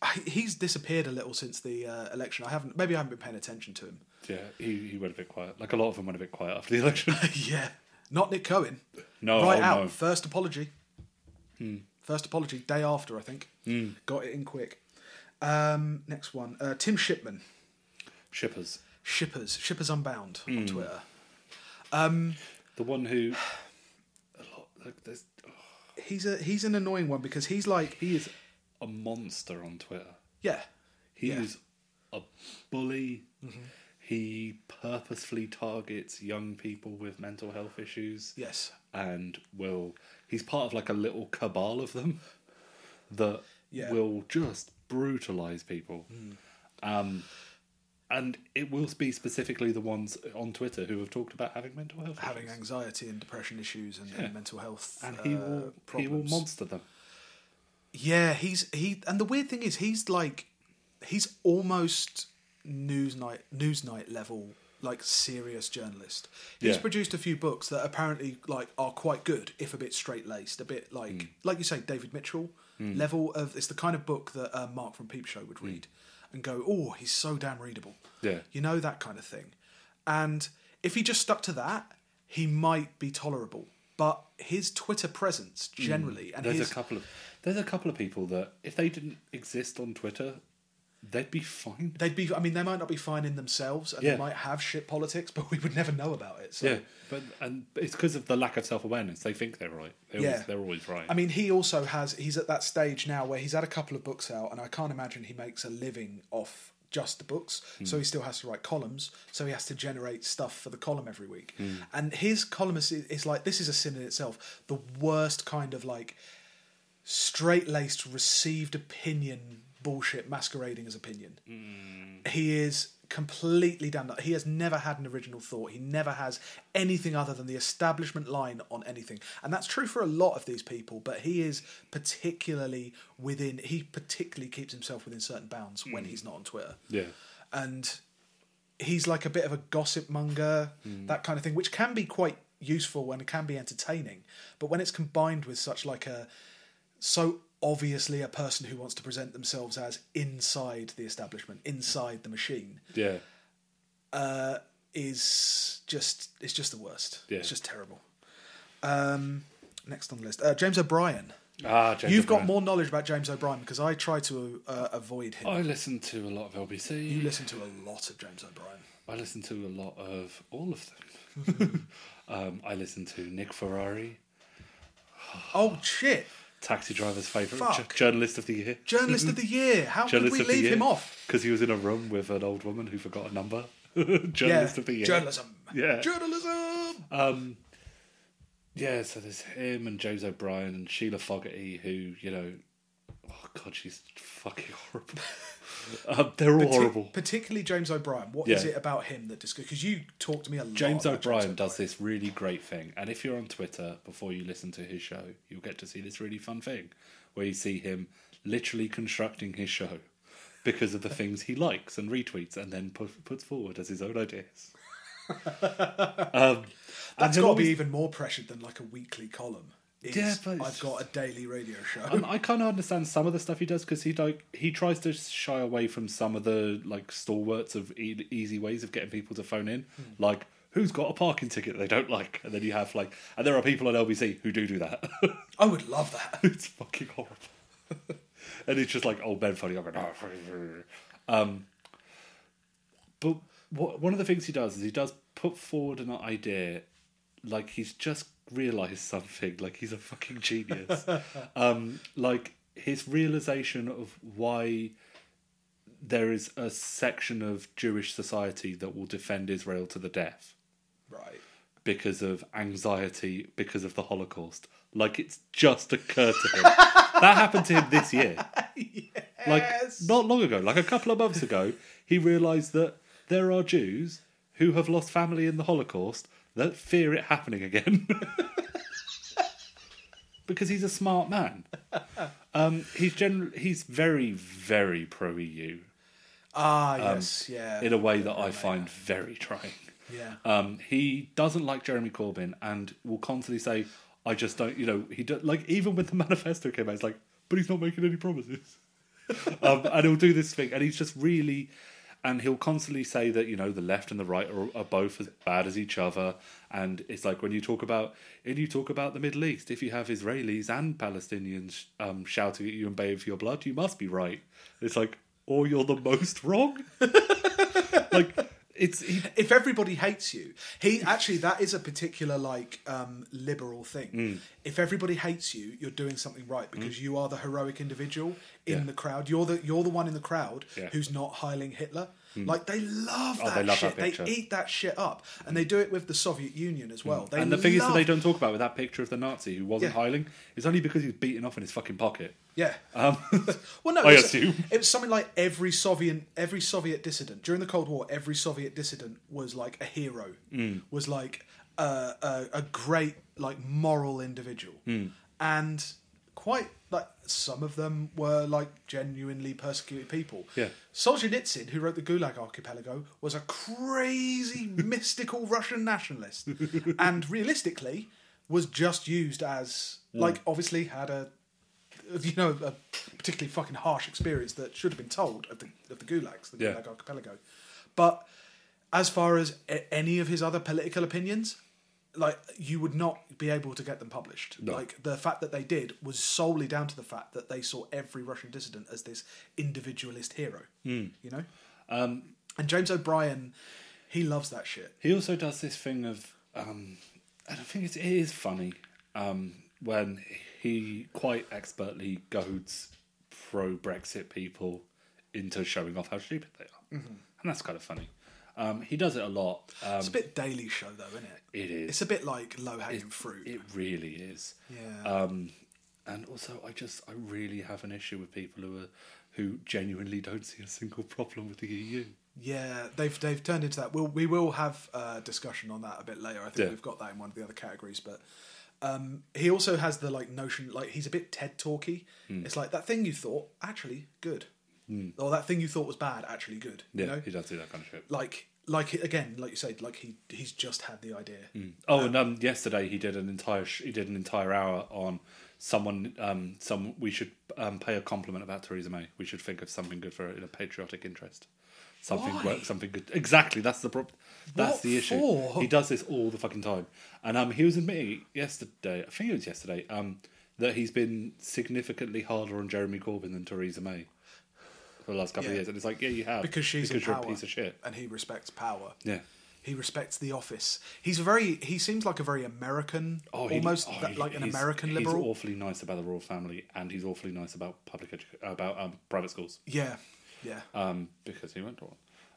[SPEAKER 1] I- he's disappeared a little since the uh, election. I haven't. Maybe I haven't been paying attention to him.
[SPEAKER 2] matter. Yeah. He, he went a bit quiet. Like a lot of them went a bit quiet after the election.
[SPEAKER 1] yeah, not Nick Cohen.
[SPEAKER 2] No,
[SPEAKER 1] right
[SPEAKER 2] oh,
[SPEAKER 1] out.
[SPEAKER 2] no. Hmm.
[SPEAKER 1] First apology. First apology day after, I think. Got it in quick. Um, next one, uh, Tim Shipman,
[SPEAKER 2] Shippers.
[SPEAKER 1] Shippers, Shippers Unbound
[SPEAKER 2] Hmm.
[SPEAKER 1] on Twitter.
[SPEAKER 2] The one who. A lot. Like, there's,
[SPEAKER 1] He's a he's an annoying one because he's like
[SPEAKER 2] he is a monster on Twitter.
[SPEAKER 1] yeah
[SPEAKER 2] He
[SPEAKER 1] Yeah. Mm-hmm.
[SPEAKER 2] is a bully. He purposefully targets young people with mental health issues.
[SPEAKER 1] yes
[SPEAKER 2] and will he's part of like a little cabal of them that
[SPEAKER 1] Yeah. Mm.
[SPEAKER 2] will just brutalize people um and it will be specifically the ones on twitter who have talked about having mental health
[SPEAKER 1] having
[SPEAKER 2] issues.
[SPEAKER 1] anxiety and depression issues and, and mental health
[SPEAKER 2] and he
[SPEAKER 1] uh,
[SPEAKER 2] will he will
[SPEAKER 1] problems.
[SPEAKER 2] monster them
[SPEAKER 1] Yeah, he's he, and the weird thing is, he's like, he's almost Newsnight Newsnight level, like serious journalist. He's
[SPEAKER 2] Yeah.
[SPEAKER 1] produced a few books that apparently like are quite good, if a bit straight laced, a bit like
[SPEAKER 2] Mm.
[SPEAKER 1] like you say, David Mitchell level of. It's the kind of book that uh, Mark from Peep Show would read and go, "Oh, he's so damn readable."
[SPEAKER 2] Mm. Yeah.
[SPEAKER 1] you know that kind of thing. And if he just stuck to that, he might be tolerable. But his Twitter presence generally, and
[SPEAKER 2] Mm. there's
[SPEAKER 1] his
[SPEAKER 2] a couple of there's a couple of people that if they didn't exist on twitter they'd be fine
[SPEAKER 1] they'd be i mean they might not be fine in themselves and
[SPEAKER 2] Yeah.
[SPEAKER 1] they might have shit politics but we would never know about it so
[SPEAKER 2] yeah but and it's because of the lack of self-awareness they think they're right they always,
[SPEAKER 1] Yeah.
[SPEAKER 2] they're always right
[SPEAKER 1] i mean he also has he's at that stage now where he's had a couple of books out and i can't imagine he makes a living off just the books so
[SPEAKER 2] Hmm.
[SPEAKER 1] he still has to write columns so he has to generate stuff for the column every week
[SPEAKER 2] Hmm.
[SPEAKER 1] and his columnist is, is like this is a sin in itself the worst kind of like straight laced received opinion bullshit masquerading as opinion he is completely damned. He has never had an original thought. He never has anything other than the establishment line on anything, and that's true for a lot of these people. But he is particularly within. He particularly keeps himself within certain bounds when he's not on Twitter,
[SPEAKER 2] yeah
[SPEAKER 1] and he's like a bit of a gossip monger,
[SPEAKER 2] Hmm.
[SPEAKER 1] that kind of thing, which can be quite useful and can be entertaining. But when it's combined with such like a so obviously a person who wants to present themselves as inside the establishment, inside the machine,
[SPEAKER 2] yeah
[SPEAKER 1] uh, is just it's just the worst.
[SPEAKER 2] Yeah.
[SPEAKER 1] It's just terrible. Um, next on the list, uh, James O'Brien.
[SPEAKER 2] ah James
[SPEAKER 1] You've got
[SPEAKER 2] O'Brien.
[SPEAKER 1] more knowledge about James O'Brien because I try to uh, avoid him.
[SPEAKER 2] I listen to a lot of LBC.
[SPEAKER 1] You listen to a lot of James O'Brien.
[SPEAKER 2] I listen to a lot of all of them. um, I listen to Nick Ferrari,
[SPEAKER 1] Oh shit!
[SPEAKER 2] taxi driver's favourite,
[SPEAKER 1] Fuck.
[SPEAKER 2] journalist of the year.
[SPEAKER 1] Journalist of the year. How could
[SPEAKER 2] journalist
[SPEAKER 1] we leave him off?
[SPEAKER 2] Because he was in a room with an old woman who forgot a number. journalist
[SPEAKER 1] yeah.
[SPEAKER 2] of the year.
[SPEAKER 1] Journalism.
[SPEAKER 2] Yeah.
[SPEAKER 1] Journalism.
[SPEAKER 2] Um, yeah, so there's him and James O'Brien and Sheila Fogarty, who, you know, oh God, she's fucking horrible. um, they're all
[SPEAKER 1] Parti-
[SPEAKER 2] horrible.
[SPEAKER 1] Particularly James O'Brien. What is
[SPEAKER 2] Yeah.
[SPEAKER 1] it about him that disgusts? Because you talked to me a lot.
[SPEAKER 2] Oh, James
[SPEAKER 1] about
[SPEAKER 2] O'Brien does this really great thing, and if you're on Twitter before you listen to his show, you'll get to see this really fun thing where you see him literally constructing his show because of the things he likes and retweets, and then pu- puts forward as his own ideas. um,
[SPEAKER 1] That's
[SPEAKER 2] and
[SPEAKER 1] got
[SPEAKER 2] he'll
[SPEAKER 1] to be
[SPEAKER 2] always-
[SPEAKER 1] even more pressured than like a weekly column. Is,
[SPEAKER 2] Yeah, but it's Uh,
[SPEAKER 1] I've got a daily radio show.
[SPEAKER 2] And I kind of understand some of the stuff he does because he like he tries to shy away from some of the like stalwarts of e- easy ways of getting people to phone in, like who's got a parking ticket they don't like, and then you have like, and there are people on LBC who do do that.
[SPEAKER 1] I would love that.
[SPEAKER 2] it's fucking horrible. and it's just like old men funny. I'm going, "Oh." um, but what, one of the things he does is he does put forward an idea like he's just realized something, like he's a fucking genius. um, like his realization of why there is a section of Jewish society that will defend Israel to the death
[SPEAKER 1] Right.
[SPEAKER 2] because of anxiety because of the Holocaust. Like it's just occurred to him. that happened to him this year. Like
[SPEAKER 1] Yes.
[SPEAKER 2] not long ago, like a couple of months ago, he realised that there are Jews who have lost family in the Holocaust that fear it happening again. because he's a smart man. Um, he's generally he's very, very pro EU
[SPEAKER 1] Ah, yes, yeah.
[SPEAKER 2] Um, in a way that I find very trying.
[SPEAKER 1] yeah.
[SPEAKER 2] Um, he doesn't like Jeremy Corbyn and will constantly say, "I just don't," you know. He do, like even when the manifesto came out, it's like, but he's not making any promises. um, and he'll do this thing, and he's just really, and he'll constantly say that you know the left and the right are, are both as bad as each other, and it's like when you talk about and you talk about the Middle East, if you have Israelis and Palestinians um, shouting at you and baying for your blood, you must be right. It's like, or you're the most wrong. like it's he
[SPEAKER 1] if everybody hates you he actually that is a particular like um liberal thing
[SPEAKER 2] Mm.
[SPEAKER 1] if everybody hates you you're doing something right because you are the heroic individual in
[SPEAKER 2] Yeah.
[SPEAKER 1] the crowd you're the you're the one in the crowd
[SPEAKER 2] Yeah. Mm. Oh,
[SPEAKER 1] who's not hiling hitler like they love that
[SPEAKER 2] they love that
[SPEAKER 1] shit
[SPEAKER 2] picture. Mm.
[SPEAKER 1] they eat that shit up and they do it with the soviet union as well they
[SPEAKER 2] and the thing is that
[SPEAKER 1] love-
[SPEAKER 2] they don't talk about with that picture of the Nazi who wasn't
[SPEAKER 1] Yeah.
[SPEAKER 2] hiling is only because he was beaten off in his fucking pocket.
[SPEAKER 1] yeah
[SPEAKER 2] Um,
[SPEAKER 1] Well, no,
[SPEAKER 2] I
[SPEAKER 1] it was,
[SPEAKER 2] assume.
[SPEAKER 1] it was something like every Soviet, every Soviet dissident during the Cold War. Every Soviet dissident was like a hero,
[SPEAKER 2] Mm.
[SPEAKER 1] was like a, a, a great, like moral individual,
[SPEAKER 2] Mm.
[SPEAKER 1] and quite like some of them were like genuinely persecuted people.
[SPEAKER 2] Yeah.
[SPEAKER 1] Solzhenitsyn, who wrote the Gulag Archipelago, was a crazy mystical Russian nationalist, and realistically, was just used as
[SPEAKER 2] Mm.
[SPEAKER 1] like obviously had a you know, a particularly fucking harsh experience that should have been told of the of the gulags, the
[SPEAKER 2] Yeah.
[SPEAKER 1] gulag archipelago. But as far as a- any of his other political opinions, like you would not be able to get them published. Like the fact that they did was solely down to the fact that they saw every Russian dissident as this individualist hero.
[SPEAKER 2] Hmm.
[SPEAKER 1] You know, um, and James O'Brien, he loves that shit.
[SPEAKER 2] he also does this thing of, um, and I think it's, it is funny um, when he quite expertly goads pro Brexit people into showing off how stupid they are,
[SPEAKER 1] Mm-hmm.
[SPEAKER 2] and that's kind of funny. Um, he does it a lot. Um,
[SPEAKER 1] It's a bit Daily Show though, isn't it?
[SPEAKER 2] it is.
[SPEAKER 1] It's a bit like low hanging fruit.
[SPEAKER 2] It really is.
[SPEAKER 1] Yeah.
[SPEAKER 2] Um, and also, I just I really have an issue with people who are who genuinely don't see a single problem with the E EU.
[SPEAKER 1] Yeah, they've they've turned into that. We'll, we will have a discussion on that a bit later. I think
[SPEAKER 2] Yeah.
[SPEAKER 1] we've got that in one of the other categories. But um, he also has the like notion, like he's a bit TED talky.
[SPEAKER 2] Hmm.
[SPEAKER 1] It's like that thing you thought actually good, or that thing you thought was bad actually good.
[SPEAKER 2] Yeah,
[SPEAKER 1] You know,
[SPEAKER 2] he does do that kind of shit.
[SPEAKER 1] like like again, like you said, like he he's just had the idea.
[SPEAKER 2] Oh, and um, yesterday he did an entire sh- he did an entire hour on someone. Um, some we should um, pay a compliment about Theresa May. We should think of something good for her in a patriotic interest. Something
[SPEAKER 1] Why?
[SPEAKER 2] work, something good. Exactly, that's the problem. That's
[SPEAKER 1] What
[SPEAKER 2] the issue.
[SPEAKER 1] for?
[SPEAKER 2] He does this all the fucking time. And um, he was admitting yesterday, I think it was yesterday, um, that he's been significantly harder on Jeremy Corbyn than Theresa May for the last
[SPEAKER 1] Yeah.
[SPEAKER 2] couple of years. And it's like, yeah, you have
[SPEAKER 1] because she's
[SPEAKER 2] because
[SPEAKER 1] in
[SPEAKER 2] you're
[SPEAKER 1] power,
[SPEAKER 2] a piece of shit.
[SPEAKER 1] and he respects power.
[SPEAKER 2] Yeah.
[SPEAKER 1] He respects the office. He's a very. He seems like a very American, almost
[SPEAKER 2] he- oh,
[SPEAKER 1] that-
[SPEAKER 2] he-
[SPEAKER 1] like an
[SPEAKER 2] he's-
[SPEAKER 1] American
[SPEAKER 2] he's
[SPEAKER 1] liberal.
[SPEAKER 2] awfully nice about the royal family, and he's awfully nice about public edu- about um, private schools,
[SPEAKER 1] Yeah, yeah.
[SPEAKER 2] um, because he went to one.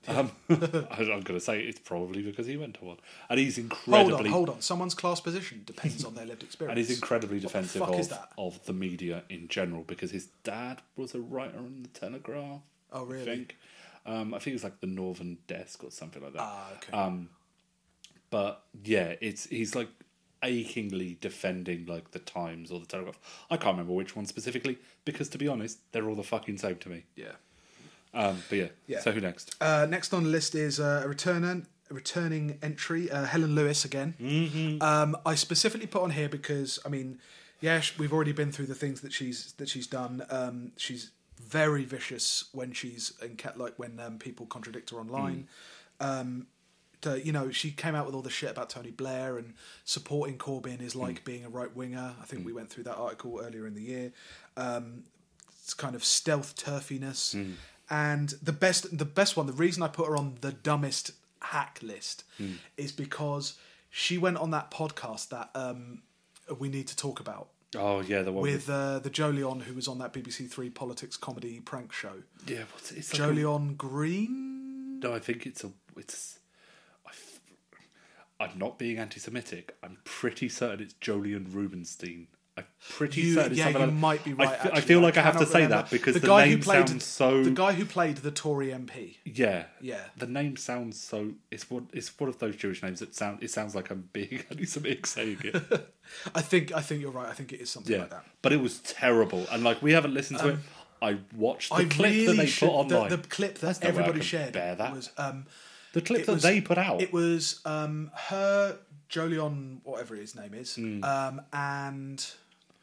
[SPEAKER 2] Um, I- I'm going to say it's probably because he went to one, and he's incredibly
[SPEAKER 1] Hold on, hold on. Someone's class position depends on their lived experience.
[SPEAKER 2] and he's incredibly defensive
[SPEAKER 1] fuck
[SPEAKER 2] of,
[SPEAKER 1] is that?
[SPEAKER 2] of the media in general because his dad was a writer on the Telegraph.
[SPEAKER 1] Oh, really?
[SPEAKER 2] I think, um, I think it was like the Northern Desk or something like that.
[SPEAKER 1] Ah, okay.
[SPEAKER 2] um, But yeah, it's he's like achingly defending like the Times or the Telegraph. I can't remember which one specifically because to be honest, they're all the fucking same to me.
[SPEAKER 1] yeah.
[SPEAKER 2] Um, but yeah.
[SPEAKER 1] Yeah.
[SPEAKER 2] So who next?
[SPEAKER 1] Uh, next on the list is uh, a return a returning entry, uh, Helen Lewis again. Um, I specifically put on here because I mean, yeah, sh- we've already been through the things that she's that she's done. Um, she's very vicious when she's in cat like when um, people contradict her online. Um, uh, you know, she came out with all the shit about Tony Blair and supporting Corbyn is like being a right winger. I think we went through that article earlier in the year. Um, it's kind of stealth turfiness,
[SPEAKER 2] Hmm.
[SPEAKER 1] and the best, the best one. The reason I put her on the dumbest hack list
[SPEAKER 2] Hmm.
[SPEAKER 1] is because she went on that podcast that um, we need to talk about
[SPEAKER 2] Oh yeah, the one with,
[SPEAKER 1] with uh, the Jolion who was on that BBC Three politics comedy prank show.
[SPEAKER 2] yeah. What's it? It's like a-
[SPEAKER 1] Jolion Green.
[SPEAKER 2] no, I think it's a it's. I f- I'm not being anti-Semitic. I'm pretty certain it's Jolien Rubinstein. I'm pretty
[SPEAKER 1] You-
[SPEAKER 2] certain. it's
[SPEAKER 1] yeah, you
[SPEAKER 2] something like-
[SPEAKER 1] might be right.
[SPEAKER 2] I, f- I
[SPEAKER 1] actually.
[SPEAKER 2] feel like I have to
[SPEAKER 1] cannot
[SPEAKER 2] say
[SPEAKER 1] remember.
[SPEAKER 2] that because the,
[SPEAKER 1] guy
[SPEAKER 2] name
[SPEAKER 1] who played
[SPEAKER 2] sounds so.
[SPEAKER 1] the guy who played the Tory MP.
[SPEAKER 2] Yeah,
[SPEAKER 1] Yeah.
[SPEAKER 2] The name sounds so. It's one. It's one of those Jewish names that sound. It sounds like I'm being anti-Semitic saying it.
[SPEAKER 1] I think I think you're right. I think it is something
[SPEAKER 2] Yeah,
[SPEAKER 1] like that. Um,
[SPEAKER 2] but it was terrible, and like we haven't listened to it. I watched the
[SPEAKER 1] I
[SPEAKER 2] clip that
[SPEAKER 1] really
[SPEAKER 2] they
[SPEAKER 1] should-
[SPEAKER 2] put online.
[SPEAKER 1] The, the clip that
[SPEAKER 2] no way I
[SPEAKER 1] everybody
[SPEAKER 2] can
[SPEAKER 1] shared
[SPEAKER 2] bear that.
[SPEAKER 1] was um,
[SPEAKER 2] The clip
[SPEAKER 1] it
[SPEAKER 2] that
[SPEAKER 1] was-
[SPEAKER 2] they put out.
[SPEAKER 1] it was um, her Jolion whatever his name is
[SPEAKER 2] Hmm.
[SPEAKER 1] um, and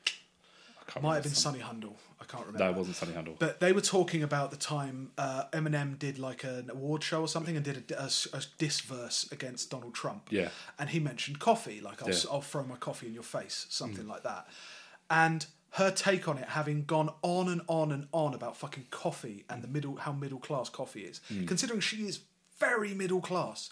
[SPEAKER 2] I can't
[SPEAKER 1] might
[SPEAKER 2] remember
[SPEAKER 1] have been
[SPEAKER 2] some-
[SPEAKER 1] Sonny Hundle. I can't remember.
[SPEAKER 2] No, it wasn't Sunny Handel.
[SPEAKER 1] But they were talking about the time uh, Eminem did like an award show or something and did a, a, a diss verse against Donald Trump.
[SPEAKER 2] Yeah.
[SPEAKER 1] And he mentioned coffee, like I'll, s
[SPEAKER 2] Yeah. Mm.
[SPEAKER 1] will throw my coffee in your face, something like that. And her take on it, having gone on and on and on about fucking coffee and the middle, how middle class coffee is,
[SPEAKER 2] Mm.
[SPEAKER 1] considering she is very middle class.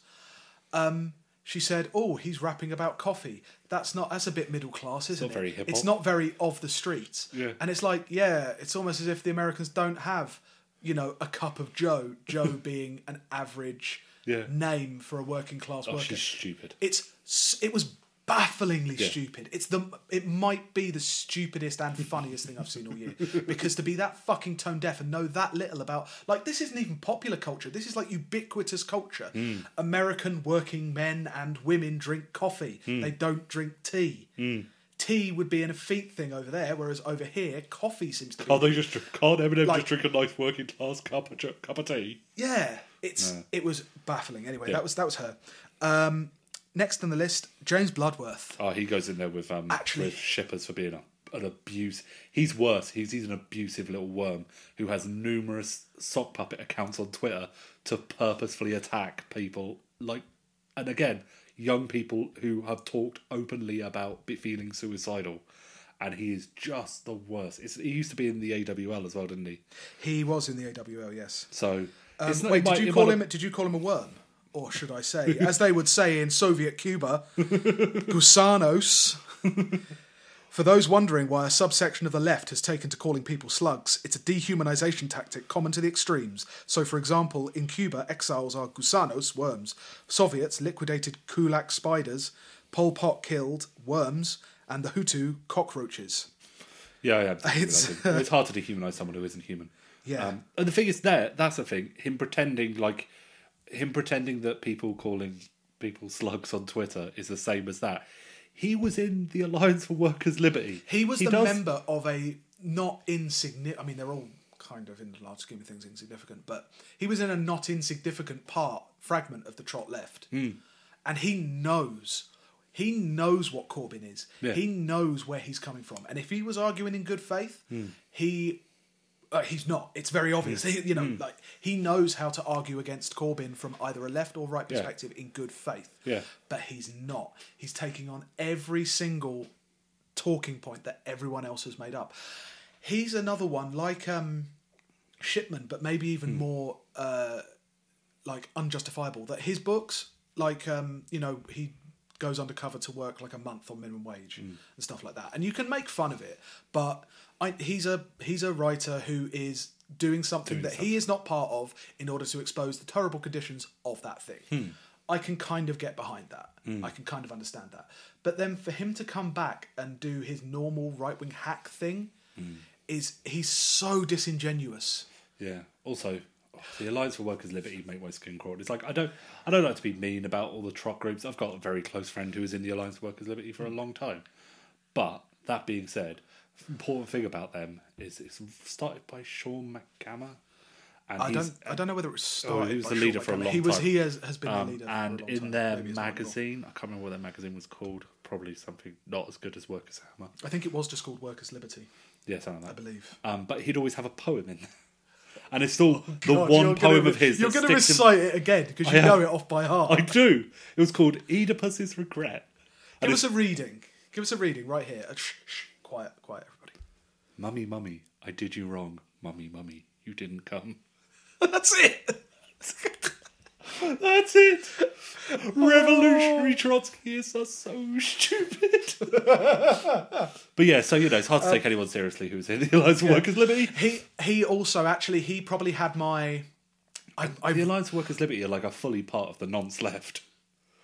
[SPEAKER 1] um, She said, "Oh, he's rapping about coffee. That's not. That's a bit middle class, isn't
[SPEAKER 2] not
[SPEAKER 1] it?
[SPEAKER 2] very hip-hop.
[SPEAKER 1] It's not very of the streets.
[SPEAKER 2] Yeah.
[SPEAKER 1] And it's like, yeah, it's almost as if the Americans don't have, you know, a cup of Joe. Joe being an average
[SPEAKER 2] Yeah.
[SPEAKER 1] name for a working class
[SPEAKER 2] oh,
[SPEAKER 1] worker.
[SPEAKER 2] she's stupid.
[SPEAKER 1] It's s- it was bafflingly
[SPEAKER 2] Yeah.
[SPEAKER 1] stupid. It's the it might be the stupidest and funniest thing I've seen all year because to be that fucking tone deaf and know that little about like this isn't even popular culture. This is like ubiquitous culture.
[SPEAKER 2] Hmm.
[SPEAKER 1] American working men and women drink coffee.
[SPEAKER 2] Hmm.
[SPEAKER 1] They don't drink tea. Tea would be an effete thing over there, whereas over here, coffee seems to be
[SPEAKER 2] Oh, they just drink- can't Eminem
[SPEAKER 1] Like-
[SPEAKER 2] just drink a nice working class cup of, ch- cup of tea.
[SPEAKER 1] Yeah, it's it was baffling. Anyway,
[SPEAKER 2] Yeah.
[SPEAKER 1] that was that was her. Um, next on the list, James Bloodworth.
[SPEAKER 2] Oh, he goes in there with um
[SPEAKER 1] Actually-
[SPEAKER 2] with Shippers for being a, an abuse. He's worse. He's he's an abusive little worm who has numerous sock puppet accounts on Twitter to purposefully attack people. Like, and again, young people who have talked openly about be- feeling suicidal. And he is just the worst. It's, he used to be in the AWL as well, didn't he?
[SPEAKER 1] He was in the AWL, yes.
[SPEAKER 2] So,
[SPEAKER 1] Um,
[SPEAKER 2] it's not-
[SPEAKER 1] wait,
[SPEAKER 2] it might-
[SPEAKER 1] did you
[SPEAKER 2] it
[SPEAKER 1] call
[SPEAKER 2] might-
[SPEAKER 1] him? Did you call him a worm, or should I say, as they would say in Soviet Cuba, gusanos? For those wondering why a subsection of the left has taken to calling people slugs, it's a dehumanization tactic common to the extremes. So, for example, in Cuba, exiles are gusanos, worms. Soviets liquidated kulak spiders, Pol Pot killed worms, and the Hutu cockroaches.
[SPEAKER 2] Yeah, yeah. It's,
[SPEAKER 1] It's-
[SPEAKER 2] it's hard to dehumanize someone who isn't human.
[SPEAKER 1] Yeah.
[SPEAKER 2] Um, and the thing is, there that's the thing. Him pretending like him pretending that people calling people slugs on Twitter is the same as that. He was in the Alliance for Workers' Liberty.
[SPEAKER 1] He was the
[SPEAKER 2] does-
[SPEAKER 1] member of a not insignificant. I mean, they're all kind of in the large scheme of things insignificant, but he was in a not insignificant part fragment of the trot left,
[SPEAKER 2] Hmm.
[SPEAKER 1] and he knows. He knows what Corbyn is.
[SPEAKER 2] Yeah.
[SPEAKER 1] He knows where he's coming from, and if he was arguing in good faith,
[SPEAKER 2] Hmm.
[SPEAKER 1] he uh, he's not. It's very obvious. He, you know, like he knows how to argue against Corbyn from either a left or right perspective in good faith.
[SPEAKER 2] Yeah.
[SPEAKER 1] But he's not. He's taking on every single talking point that everyone else has made up. He's another one like um, Shipman, but maybe even more uh, like unjustifiable. That his books, like um, you know, he goes undercover to work like a month on minimum wage and stuff like that, and you can make fun of it. But I, he's a he's a writer who is doing something that he is not part of in order to expose the terrible conditions of that thing. I can kind of get behind that. I can kind of understand that. But then for him to come back and do his normal right wing hack thing is he's so disingenuous.
[SPEAKER 2] Yeah. Also, oh, the Alliance for Workers' Liberty make my skin crawl. It's like I don't, I don't like to be mean about all the trot groups. I've got a very close friend who was in the Alliance for Workers' Liberty for
[SPEAKER 1] Hmm.
[SPEAKER 2] a long time. But that being said, important thing about them is it's started by Sean McGammer, and
[SPEAKER 1] I
[SPEAKER 2] he's
[SPEAKER 1] don't. I don't know whether it was.
[SPEAKER 2] Oh,
[SPEAKER 1] Started
[SPEAKER 2] he was
[SPEAKER 1] by
[SPEAKER 2] the
[SPEAKER 1] Sean
[SPEAKER 2] leader for a
[SPEAKER 1] McGowan.
[SPEAKER 2] long
[SPEAKER 1] He was.
[SPEAKER 2] time.
[SPEAKER 1] He has, has been
[SPEAKER 2] Um,
[SPEAKER 1] the leader. for a
[SPEAKER 2] and
[SPEAKER 1] long
[SPEAKER 2] in
[SPEAKER 1] time.
[SPEAKER 2] their
[SPEAKER 1] Maybe it's my wrong.
[SPEAKER 2] magazine, I can't remember what their magazine was called. Probably something not as good as Workers' Hammer.
[SPEAKER 1] I think it was just called Workers' Liberty.
[SPEAKER 2] Yeah, something like
[SPEAKER 1] I
[SPEAKER 2] that.
[SPEAKER 1] believe. Oh,
[SPEAKER 2] Um, but he'd always have a poem in there. and it's still the
[SPEAKER 1] God, you're
[SPEAKER 2] one
[SPEAKER 1] gonna
[SPEAKER 2] poem
[SPEAKER 1] re-
[SPEAKER 2] of his.
[SPEAKER 1] You're
[SPEAKER 2] that
[SPEAKER 1] going to
[SPEAKER 2] sticks in-
[SPEAKER 1] recite it again because you
[SPEAKER 2] I am.
[SPEAKER 1] know it off by heart.
[SPEAKER 2] I do. It was called Oedipus's Regret.
[SPEAKER 1] Give us a reading. Give us a reading right here. Uh, Shh, shh, quiet, quiet, everybody.
[SPEAKER 2] Mummy, mummy, I did you wrong. Mummy, mummy, you didn't come.
[SPEAKER 1] That's it.
[SPEAKER 2] That's it. Revolutionary
[SPEAKER 1] Oh.
[SPEAKER 2] Trotskyists are so stupid. but yeah, so you know, it's hard to take
[SPEAKER 1] Um,
[SPEAKER 2] anyone seriously who's in the Alliance for Workers' Liberty.
[SPEAKER 1] He he also actually he probably had my. I,
[SPEAKER 2] The
[SPEAKER 1] I
[SPEAKER 2] Alliance for Workers' Liberty are like a fully part of the nonce left.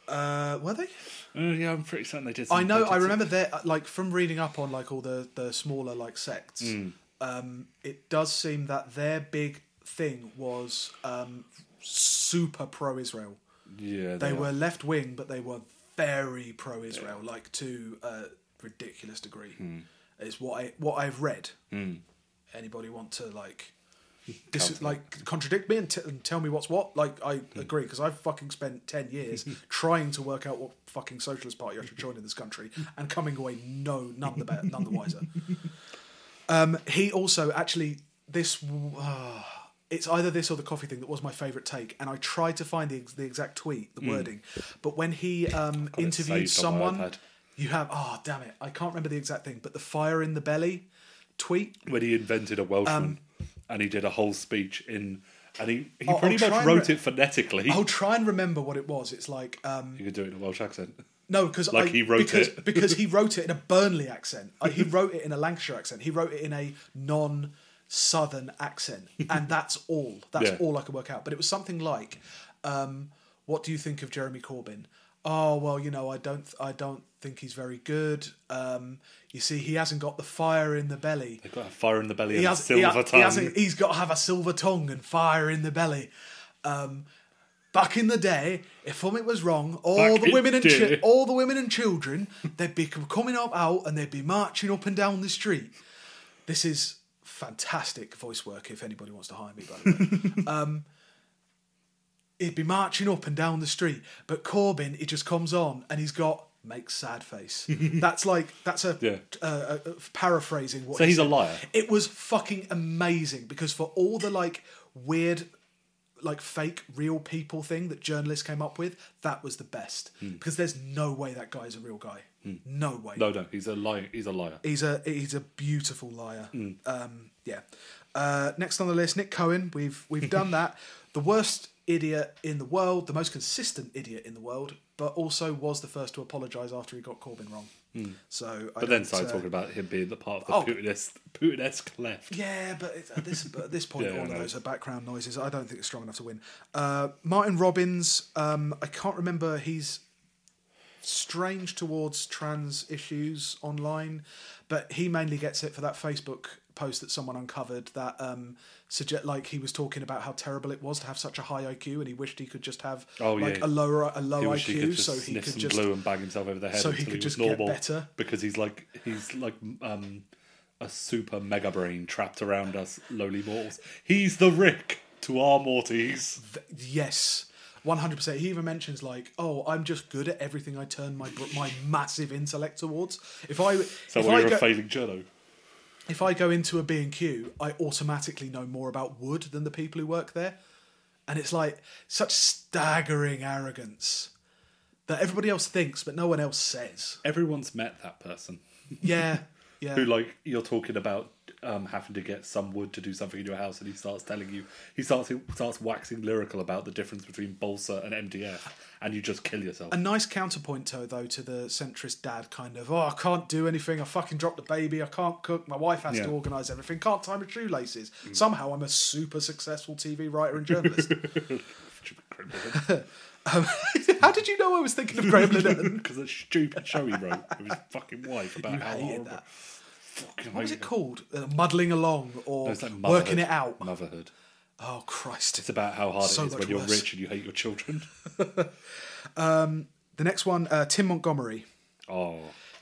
[SPEAKER 1] uh, were they?
[SPEAKER 2] Uh, yeah, I'm pretty certain they did. some-
[SPEAKER 1] I know.
[SPEAKER 2] they did
[SPEAKER 1] I
[SPEAKER 2] some-
[SPEAKER 1] remember that. Like from reading up on like all the the smaller like sects,
[SPEAKER 2] Mm.
[SPEAKER 1] um, it does seem that their big thing was um, super pro Israel.
[SPEAKER 2] Yeah,
[SPEAKER 1] They
[SPEAKER 2] are.
[SPEAKER 1] were left wing, but they were very pro Israel, like to a ridiculous degree.
[SPEAKER 2] Hmm.
[SPEAKER 1] Is what I what I've read. Anybody want to like, dis- like contradict me and, t- and tell me what's what? Like I
[SPEAKER 2] Hmm.
[SPEAKER 1] agree because I've fucking spent ten years trying to work out what fucking socialist party I should join in this country and coming away no none the better, none the wiser. Um, he also actually this. Uh, it's either this or the coffee thing that was my favourite take, and I tried to find the, ex- the exact tweet, the wording, but when he um,
[SPEAKER 2] Hmm. it
[SPEAKER 1] interviewed
[SPEAKER 2] saved on my
[SPEAKER 1] someone,
[SPEAKER 2] iPad.
[SPEAKER 1] you have oh damn it, I can't remember the exact thing, but the fire in the belly tweet.
[SPEAKER 2] when he invented a Welshman, and he did a whole speech in, and he, he
[SPEAKER 1] Um, I'll-
[SPEAKER 2] pretty
[SPEAKER 1] I'll try
[SPEAKER 2] much
[SPEAKER 1] and
[SPEAKER 2] wrote
[SPEAKER 1] re-
[SPEAKER 2] it phonetically.
[SPEAKER 1] I'll try and remember what it was. It's like um,
[SPEAKER 2] you could do it in a Welsh accent.
[SPEAKER 1] no, because I,
[SPEAKER 2] Like he wrote
[SPEAKER 1] because,
[SPEAKER 2] it.
[SPEAKER 1] because he wrote it in a Burnley accent. Uh, he wrote it in a Lancashire accent. He wrote it in a non Southern accent, and that's all. That's
[SPEAKER 2] Yeah.
[SPEAKER 1] all I could work out. But it was something like, um, "What do you think of Jeremy Corbyn?" Oh well, you know, I don't, I don't think he's very good. Um, you see, he hasn't got the fire in the belly.
[SPEAKER 2] They've got a fire in the belly
[SPEAKER 1] He
[SPEAKER 2] and a
[SPEAKER 1] has,
[SPEAKER 2] silver
[SPEAKER 1] he ha-
[SPEAKER 2] tongue.
[SPEAKER 1] He hasn't, he's got to have a silver tongue and fire in the belly. Um, back in the day, if something was wrong, all
[SPEAKER 2] Back
[SPEAKER 1] the
[SPEAKER 2] in
[SPEAKER 1] women and
[SPEAKER 2] the
[SPEAKER 1] chi-
[SPEAKER 2] day.
[SPEAKER 1] all the women and children, they'd be com- coming up out and they'd be marching up and down the street. This is fantastic voice work. If anybody wants to hire me, by the way Um, he'd be marching up and down the street, but Corbyn, he just comes on and he's got makes sad face. that's like that's a
[SPEAKER 2] Yeah.
[SPEAKER 1] uh, uh, paraphrasing. What
[SPEAKER 2] So
[SPEAKER 1] he
[SPEAKER 2] he's a
[SPEAKER 1] said.
[SPEAKER 2] liar.
[SPEAKER 1] It was fucking amazing because for all the like weird. Like fake real people thing that journalists came up with, that was the best because there's no way that guy's a real guy. No way
[SPEAKER 2] Hmm. No, no, he's a liar. He's a liar.
[SPEAKER 1] he's a he's a beautiful liar.
[SPEAKER 2] Hmm.
[SPEAKER 1] Um, yeah. Uh, next on the list, Nick Cohen. We've we've done that. The worst idiot in the world, the most consistent idiot in the world, but also was the first to apologise after he got Corbyn wrong. So, I
[SPEAKER 2] Hmm. But then
[SPEAKER 1] don't,
[SPEAKER 2] started
[SPEAKER 1] uh,
[SPEAKER 2] talking about him being the part of the
[SPEAKER 1] Oh.
[SPEAKER 2] Putinist, Putin-esque left.
[SPEAKER 1] Yeah, but it's- at this but at this point,
[SPEAKER 2] Yeah,
[SPEAKER 1] all
[SPEAKER 2] I
[SPEAKER 1] of
[SPEAKER 2] know.
[SPEAKER 1] those are background noises. I don't think it's strong enough to win. Uh, Martin Robbins. Um, I can't remember. He's strange towards trans issues online, but he mainly gets it for that Facebook post that someone uncovered that um suggest like he was talking about how terrible it was to have such a high IQ and he wished he could just have
[SPEAKER 2] Oh,
[SPEAKER 1] like
[SPEAKER 2] yeah.
[SPEAKER 1] a lower a low
[SPEAKER 2] He wished he could
[SPEAKER 1] IQ
[SPEAKER 2] just
[SPEAKER 1] so he
[SPEAKER 2] sniff
[SPEAKER 1] could
[SPEAKER 2] some
[SPEAKER 1] just
[SPEAKER 2] glue and bang himself over the head
[SPEAKER 1] so he
[SPEAKER 2] until he,
[SPEAKER 1] could
[SPEAKER 2] was
[SPEAKER 1] just get
[SPEAKER 2] normal.
[SPEAKER 1] better.
[SPEAKER 2] Because he's like he's like um, a super mega brain trapped around us lowly mortals. He's the Rick to our Mortys.
[SPEAKER 1] Yes, one hundred percent. He even mentions like, "Oh, I'm just good at everything I turn my br- my massive intellect towards." If I
[SPEAKER 2] So
[SPEAKER 1] if
[SPEAKER 2] we
[SPEAKER 1] I
[SPEAKER 2] were a
[SPEAKER 1] go,
[SPEAKER 2] failing journo.
[SPEAKER 1] if I go into a B and Q, I automatically know more about wood than the people who work there, and it's like such staggering arrogance that everybody else thinks, but no one else says.
[SPEAKER 2] Everyone's met that person.
[SPEAKER 1] Yeah, yeah.
[SPEAKER 2] who like you're talking about um, having to get some wood to do something in your house, and he starts telling you he starts he starts waxing lyrical about the difference between balsa and MDF, and you just kill yourself.
[SPEAKER 1] a nice counterpoint to, though to the centrist dad kind of oh i can't do anything i fucking dropped the baby i can't cook my wife has
[SPEAKER 2] Yeah. Mm.
[SPEAKER 1] to organise everything can't tie my shoelaces somehow i'm a super successful tv writer and journalist how did you know i was thinking of graham Linehan?
[SPEAKER 2] Because that stupid show he wrote with his fucking wife about how
[SPEAKER 1] hated
[SPEAKER 2] horrible.
[SPEAKER 1] that.
[SPEAKER 2] Fucking
[SPEAKER 1] what was it
[SPEAKER 2] hated
[SPEAKER 1] called uh, muddling along or
[SPEAKER 2] No, it's like motherhood.
[SPEAKER 1] working it out
[SPEAKER 2] Motherhood.
[SPEAKER 1] oh christ
[SPEAKER 2] It's about how hard
[SPEAKER 1] So
[SPEAKER 2] it is
[SPEAKER 1] much
[SPEAKER 2] when you're
[SPEAKER 1] worse.
[SPEAKER 2] rich and you hate your children.
[SPEAKER 1] the next one uh, tim montgomery
[SPEAKER 2] Oh,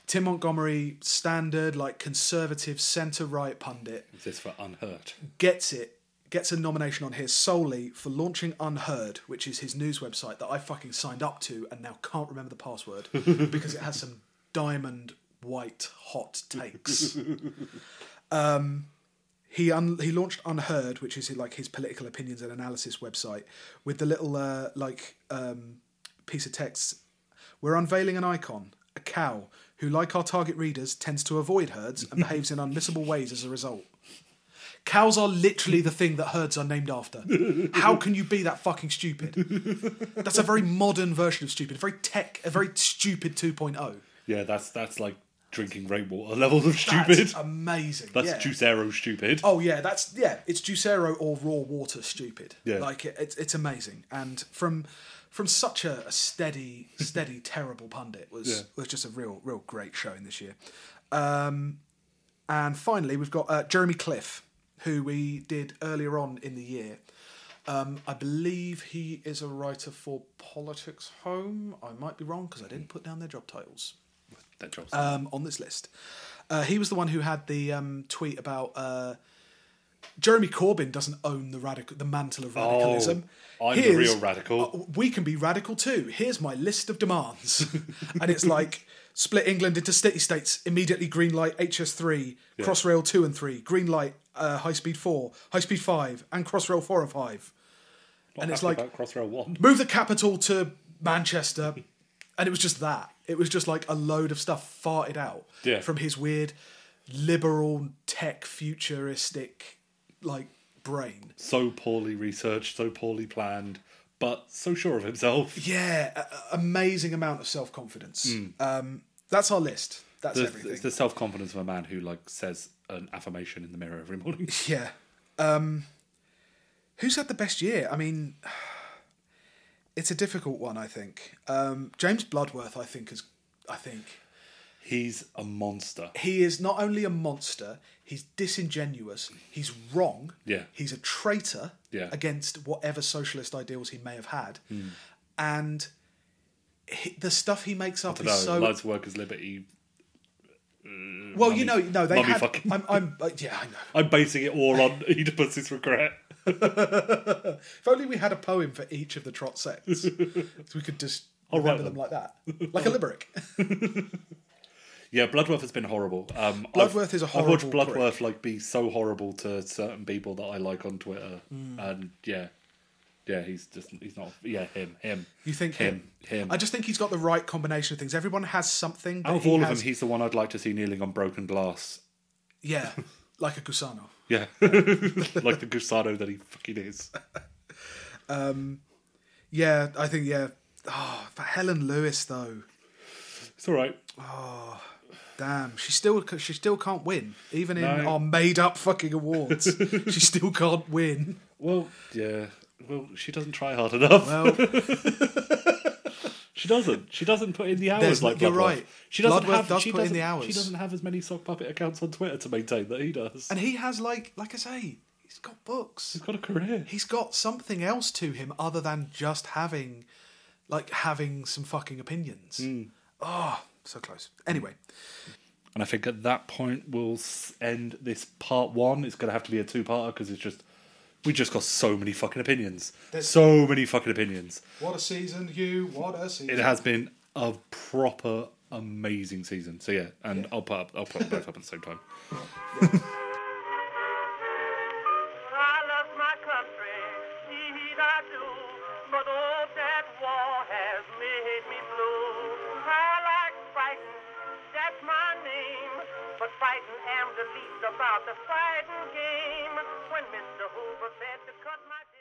[SPEAKER 1] tim montgomery standard like conservative centre right pundit
[SPEAKER 2] is this for unhurt?
[SPEAKER 1] gets it gets a nomination on here solely for launching unheard which is his news website that i fucking signed up to and now can't remember the password because it has some diamond white hot takes um, he un- he launched Unheard, which is like his political opinions and analysis website, with the little uh, like um, piece of text. We're unveiling an icon, a cow, who, like our target readers, tends to avoid herds and behaves in unmissable ways as a result. Cows are literally the thing that herds are named after. How can you be that fucking stupid? That's a very modern version of stupid, a very tech, a very stupid oh. 2.0.
[SPEAKER 2] Yeah, that's that's like drinking rainwater levels of stupid.
[SPEAKER 1] That's
[SPEAKER 2] That's,
[SPEAKER 1] amazing. yeah.
[SPEAKER 2] Juicero stupid.
[SPEAKER 1] Oh yeah, that's yeah. It's Juicero or raw water. Stupid.
[SPEAKER 2] Yeah.
[SPEAKER 1] Like it, it's it's amazing. And from from such a, a steady steady terrible pundit was
[SPEAKER 2] Yeah.
[SPEAKER 1] was just a real real great showing this year. Um, and finally we've got uh, Jeremy Cliff, who we did earlier on in the year. Um, I believe he is a writer for Politics Home. I might be wrong because I didn't put down their job titles
[SPEAKER 2] That job's
[SPEAKER 1] um, on this list. Uh, he was the one who had the um, tweet about uh, Jeremy Corbyn doesn't own the radical the mantle of radicalism.
[SPEAKER 2] Oh, I'm the real radical.
[SPEAKER 1] uh, we can be radical too. Here's my list of demands, and it's like split England into city states immediately. Green light HS3, Crossrail two and three, Green light uh, High Speed four, High Speed five, and Crossrail four and five.
[SPEAKER 2] Not
[SPEAKER 1] and it's
[SPEAKER 2] happy
[SPEAKER 1] like-
[SPEAKER 2] about Crossrail One.
[SPEAKER 1] Move the capital to Manchester, and it was just that. It was just like a load of stuff farted out
[SPEAKER 2] Yeah.
[SPEAKER 1] from his weird liberal tech futuristic like brain.
[SPEAKER 2] So poorly researched, so poorly planned, but so sure of himself.
[SPEAKER 1] Yeah, a- a- amazing amount of self confidence. Um, that's our list. That's
[SPEAKER 2] Hmm. The-
[SPEAKER 1] everything.
[SPEAKER 2] It's the self confidence of a man who like says an affirmation in the mirror every morning.
[SPEAKER 1] Yeah. Um, who's had the best year? I mean, it's a difficult one. I think um, James Bloodworth. I think is. I think
[SPEAKER 2] He's a monster.
[SPEAKER 1] he is not only a monster, he's disingenuous, he's wrong,
[SPEAKER 2] Yeah.
[SPEAKER 1] he's a traitor
[SPEAKER 2] Yeah. Hmm.
[SPEAKER 1] against whatever socialist ideals he may have had, and he, the stuff he makes up
[SPEAKER 2] I
[SPEAKER 1] is
[SPEAKER 2] don't know,
[SPEAKER 1] so
[SPEAKER 2] Lives Workers Liberty.
[SPEAKER 1] well. you know,
[SPEAKER 2] mummy-
[SPEAKER 1] no, they
[SPEAKER 2] mummy
[SPEAKER 1] had.
[SPEAKER 2] fucking-
[SPEAKER 1] I'm, I'm, uh, yeah, I know.
[SPEAKER 2] I'm basing it all on Oedipus's regret.
[SPEAKER 1] If only we had a poem for each of the trot sects, so we could just
[SPEAKER 2] write
[SPEAKER 1] remember them. like that, like a limerick.
[SPEAKER 2] Yeah, Bloodworth has been horrible. Um,
[SPEAKER 1] Bloodworth
[SPEAKER 2] I've,
[SPEAKER 1] is a
[SPEAKER 2] I've watched
[SPEAKER 1] horrible
[SPEAKER 2] Bloodworth like be so horrible to certain people that I like on Twitter,
[SPEAKER 1] Hmm.
[SPEAKER 2] and yeah, yeah, he's just he's not. Yeah, him, him.
[SPEAKER 1] You think
[SPEAKER 2] him, him?
[SPEAKER 1] I just think he's got the right combination of things. Everyone has something. but
[SPEAKER 2] Out of
[SPEAKER 1] he
[SPEAKER 2] all
[SPEAKER 1] has-
[SPEAKER 2] of them, he's the one I'd like to see kneeling on broken glass.
[SPEAKER 1] yeah, like a Gusano.
[SPEAKER 2] Yeah, like the Gusano that he fucking is.
[SPEAKER 1] Yeah, I think yeah. Oh, for Helen Lewis though,
[SPEAKER 2] It's all right.
[SPEAKER 1] damn, she still she still can't win. Even in
[SPEAKER 2] No.
[SPEAKER 1] our made up fucking awards, she still can't win.
[SPEAKER 2] Well, yeah. Well, she doesn't try hard enough.
[SPEAKER 1] Well,
[SPEAKER 2] She doesn't. She doesn't put in the hours
[SPEAKER 1] There's-
[SPEAKER 2] like
[SPEAKER 1] you're
[SPEAKER 2] Bloodworth.
[SPEAKER 1] right.
[SPEAKER 2] She doesn't
[SPEAKER 1] Bloodworth
[SPEAKER 2] have.
[SPEAKER 1] does
[SPEAKER 2] she
[SPEAKER 1] put in
[SPEAKER 2] doesn't-
[SPEAKER 1] the hours.
[SPEAKER 2] She doesn't have as many sock puppet accounts on Twitter to maintain that he does.
[SPEAKER 1] and he has like like I say, he's got books.
[SPEAKER 2] He's got a career.
[SPEAKER 1] He's got something else to him other than just having like having some fucking opinions. Oh, so close. Anyway,
[SPEAKER 2] And I think at that point we'll s- end this part one. It's going to have to be a two-parter because it's just we just got so many fucking opinions.
[SPEAKER 1] There's-
[SPEAKER 2] so many fucking opinions.
[SPEAKER 1] what a season, Hugh. What a season.
[SPEAKER 2] It has been a proper amazing season. So yeah, and I'll put up, I'll put them both up at the same time.
[SPEAKER 3] I love my country, indeed I do. But oh, that war has made me blue. I like fighting, that's my name. But fighting am the least about the fighting game. When Mr. Hoover said to cut my.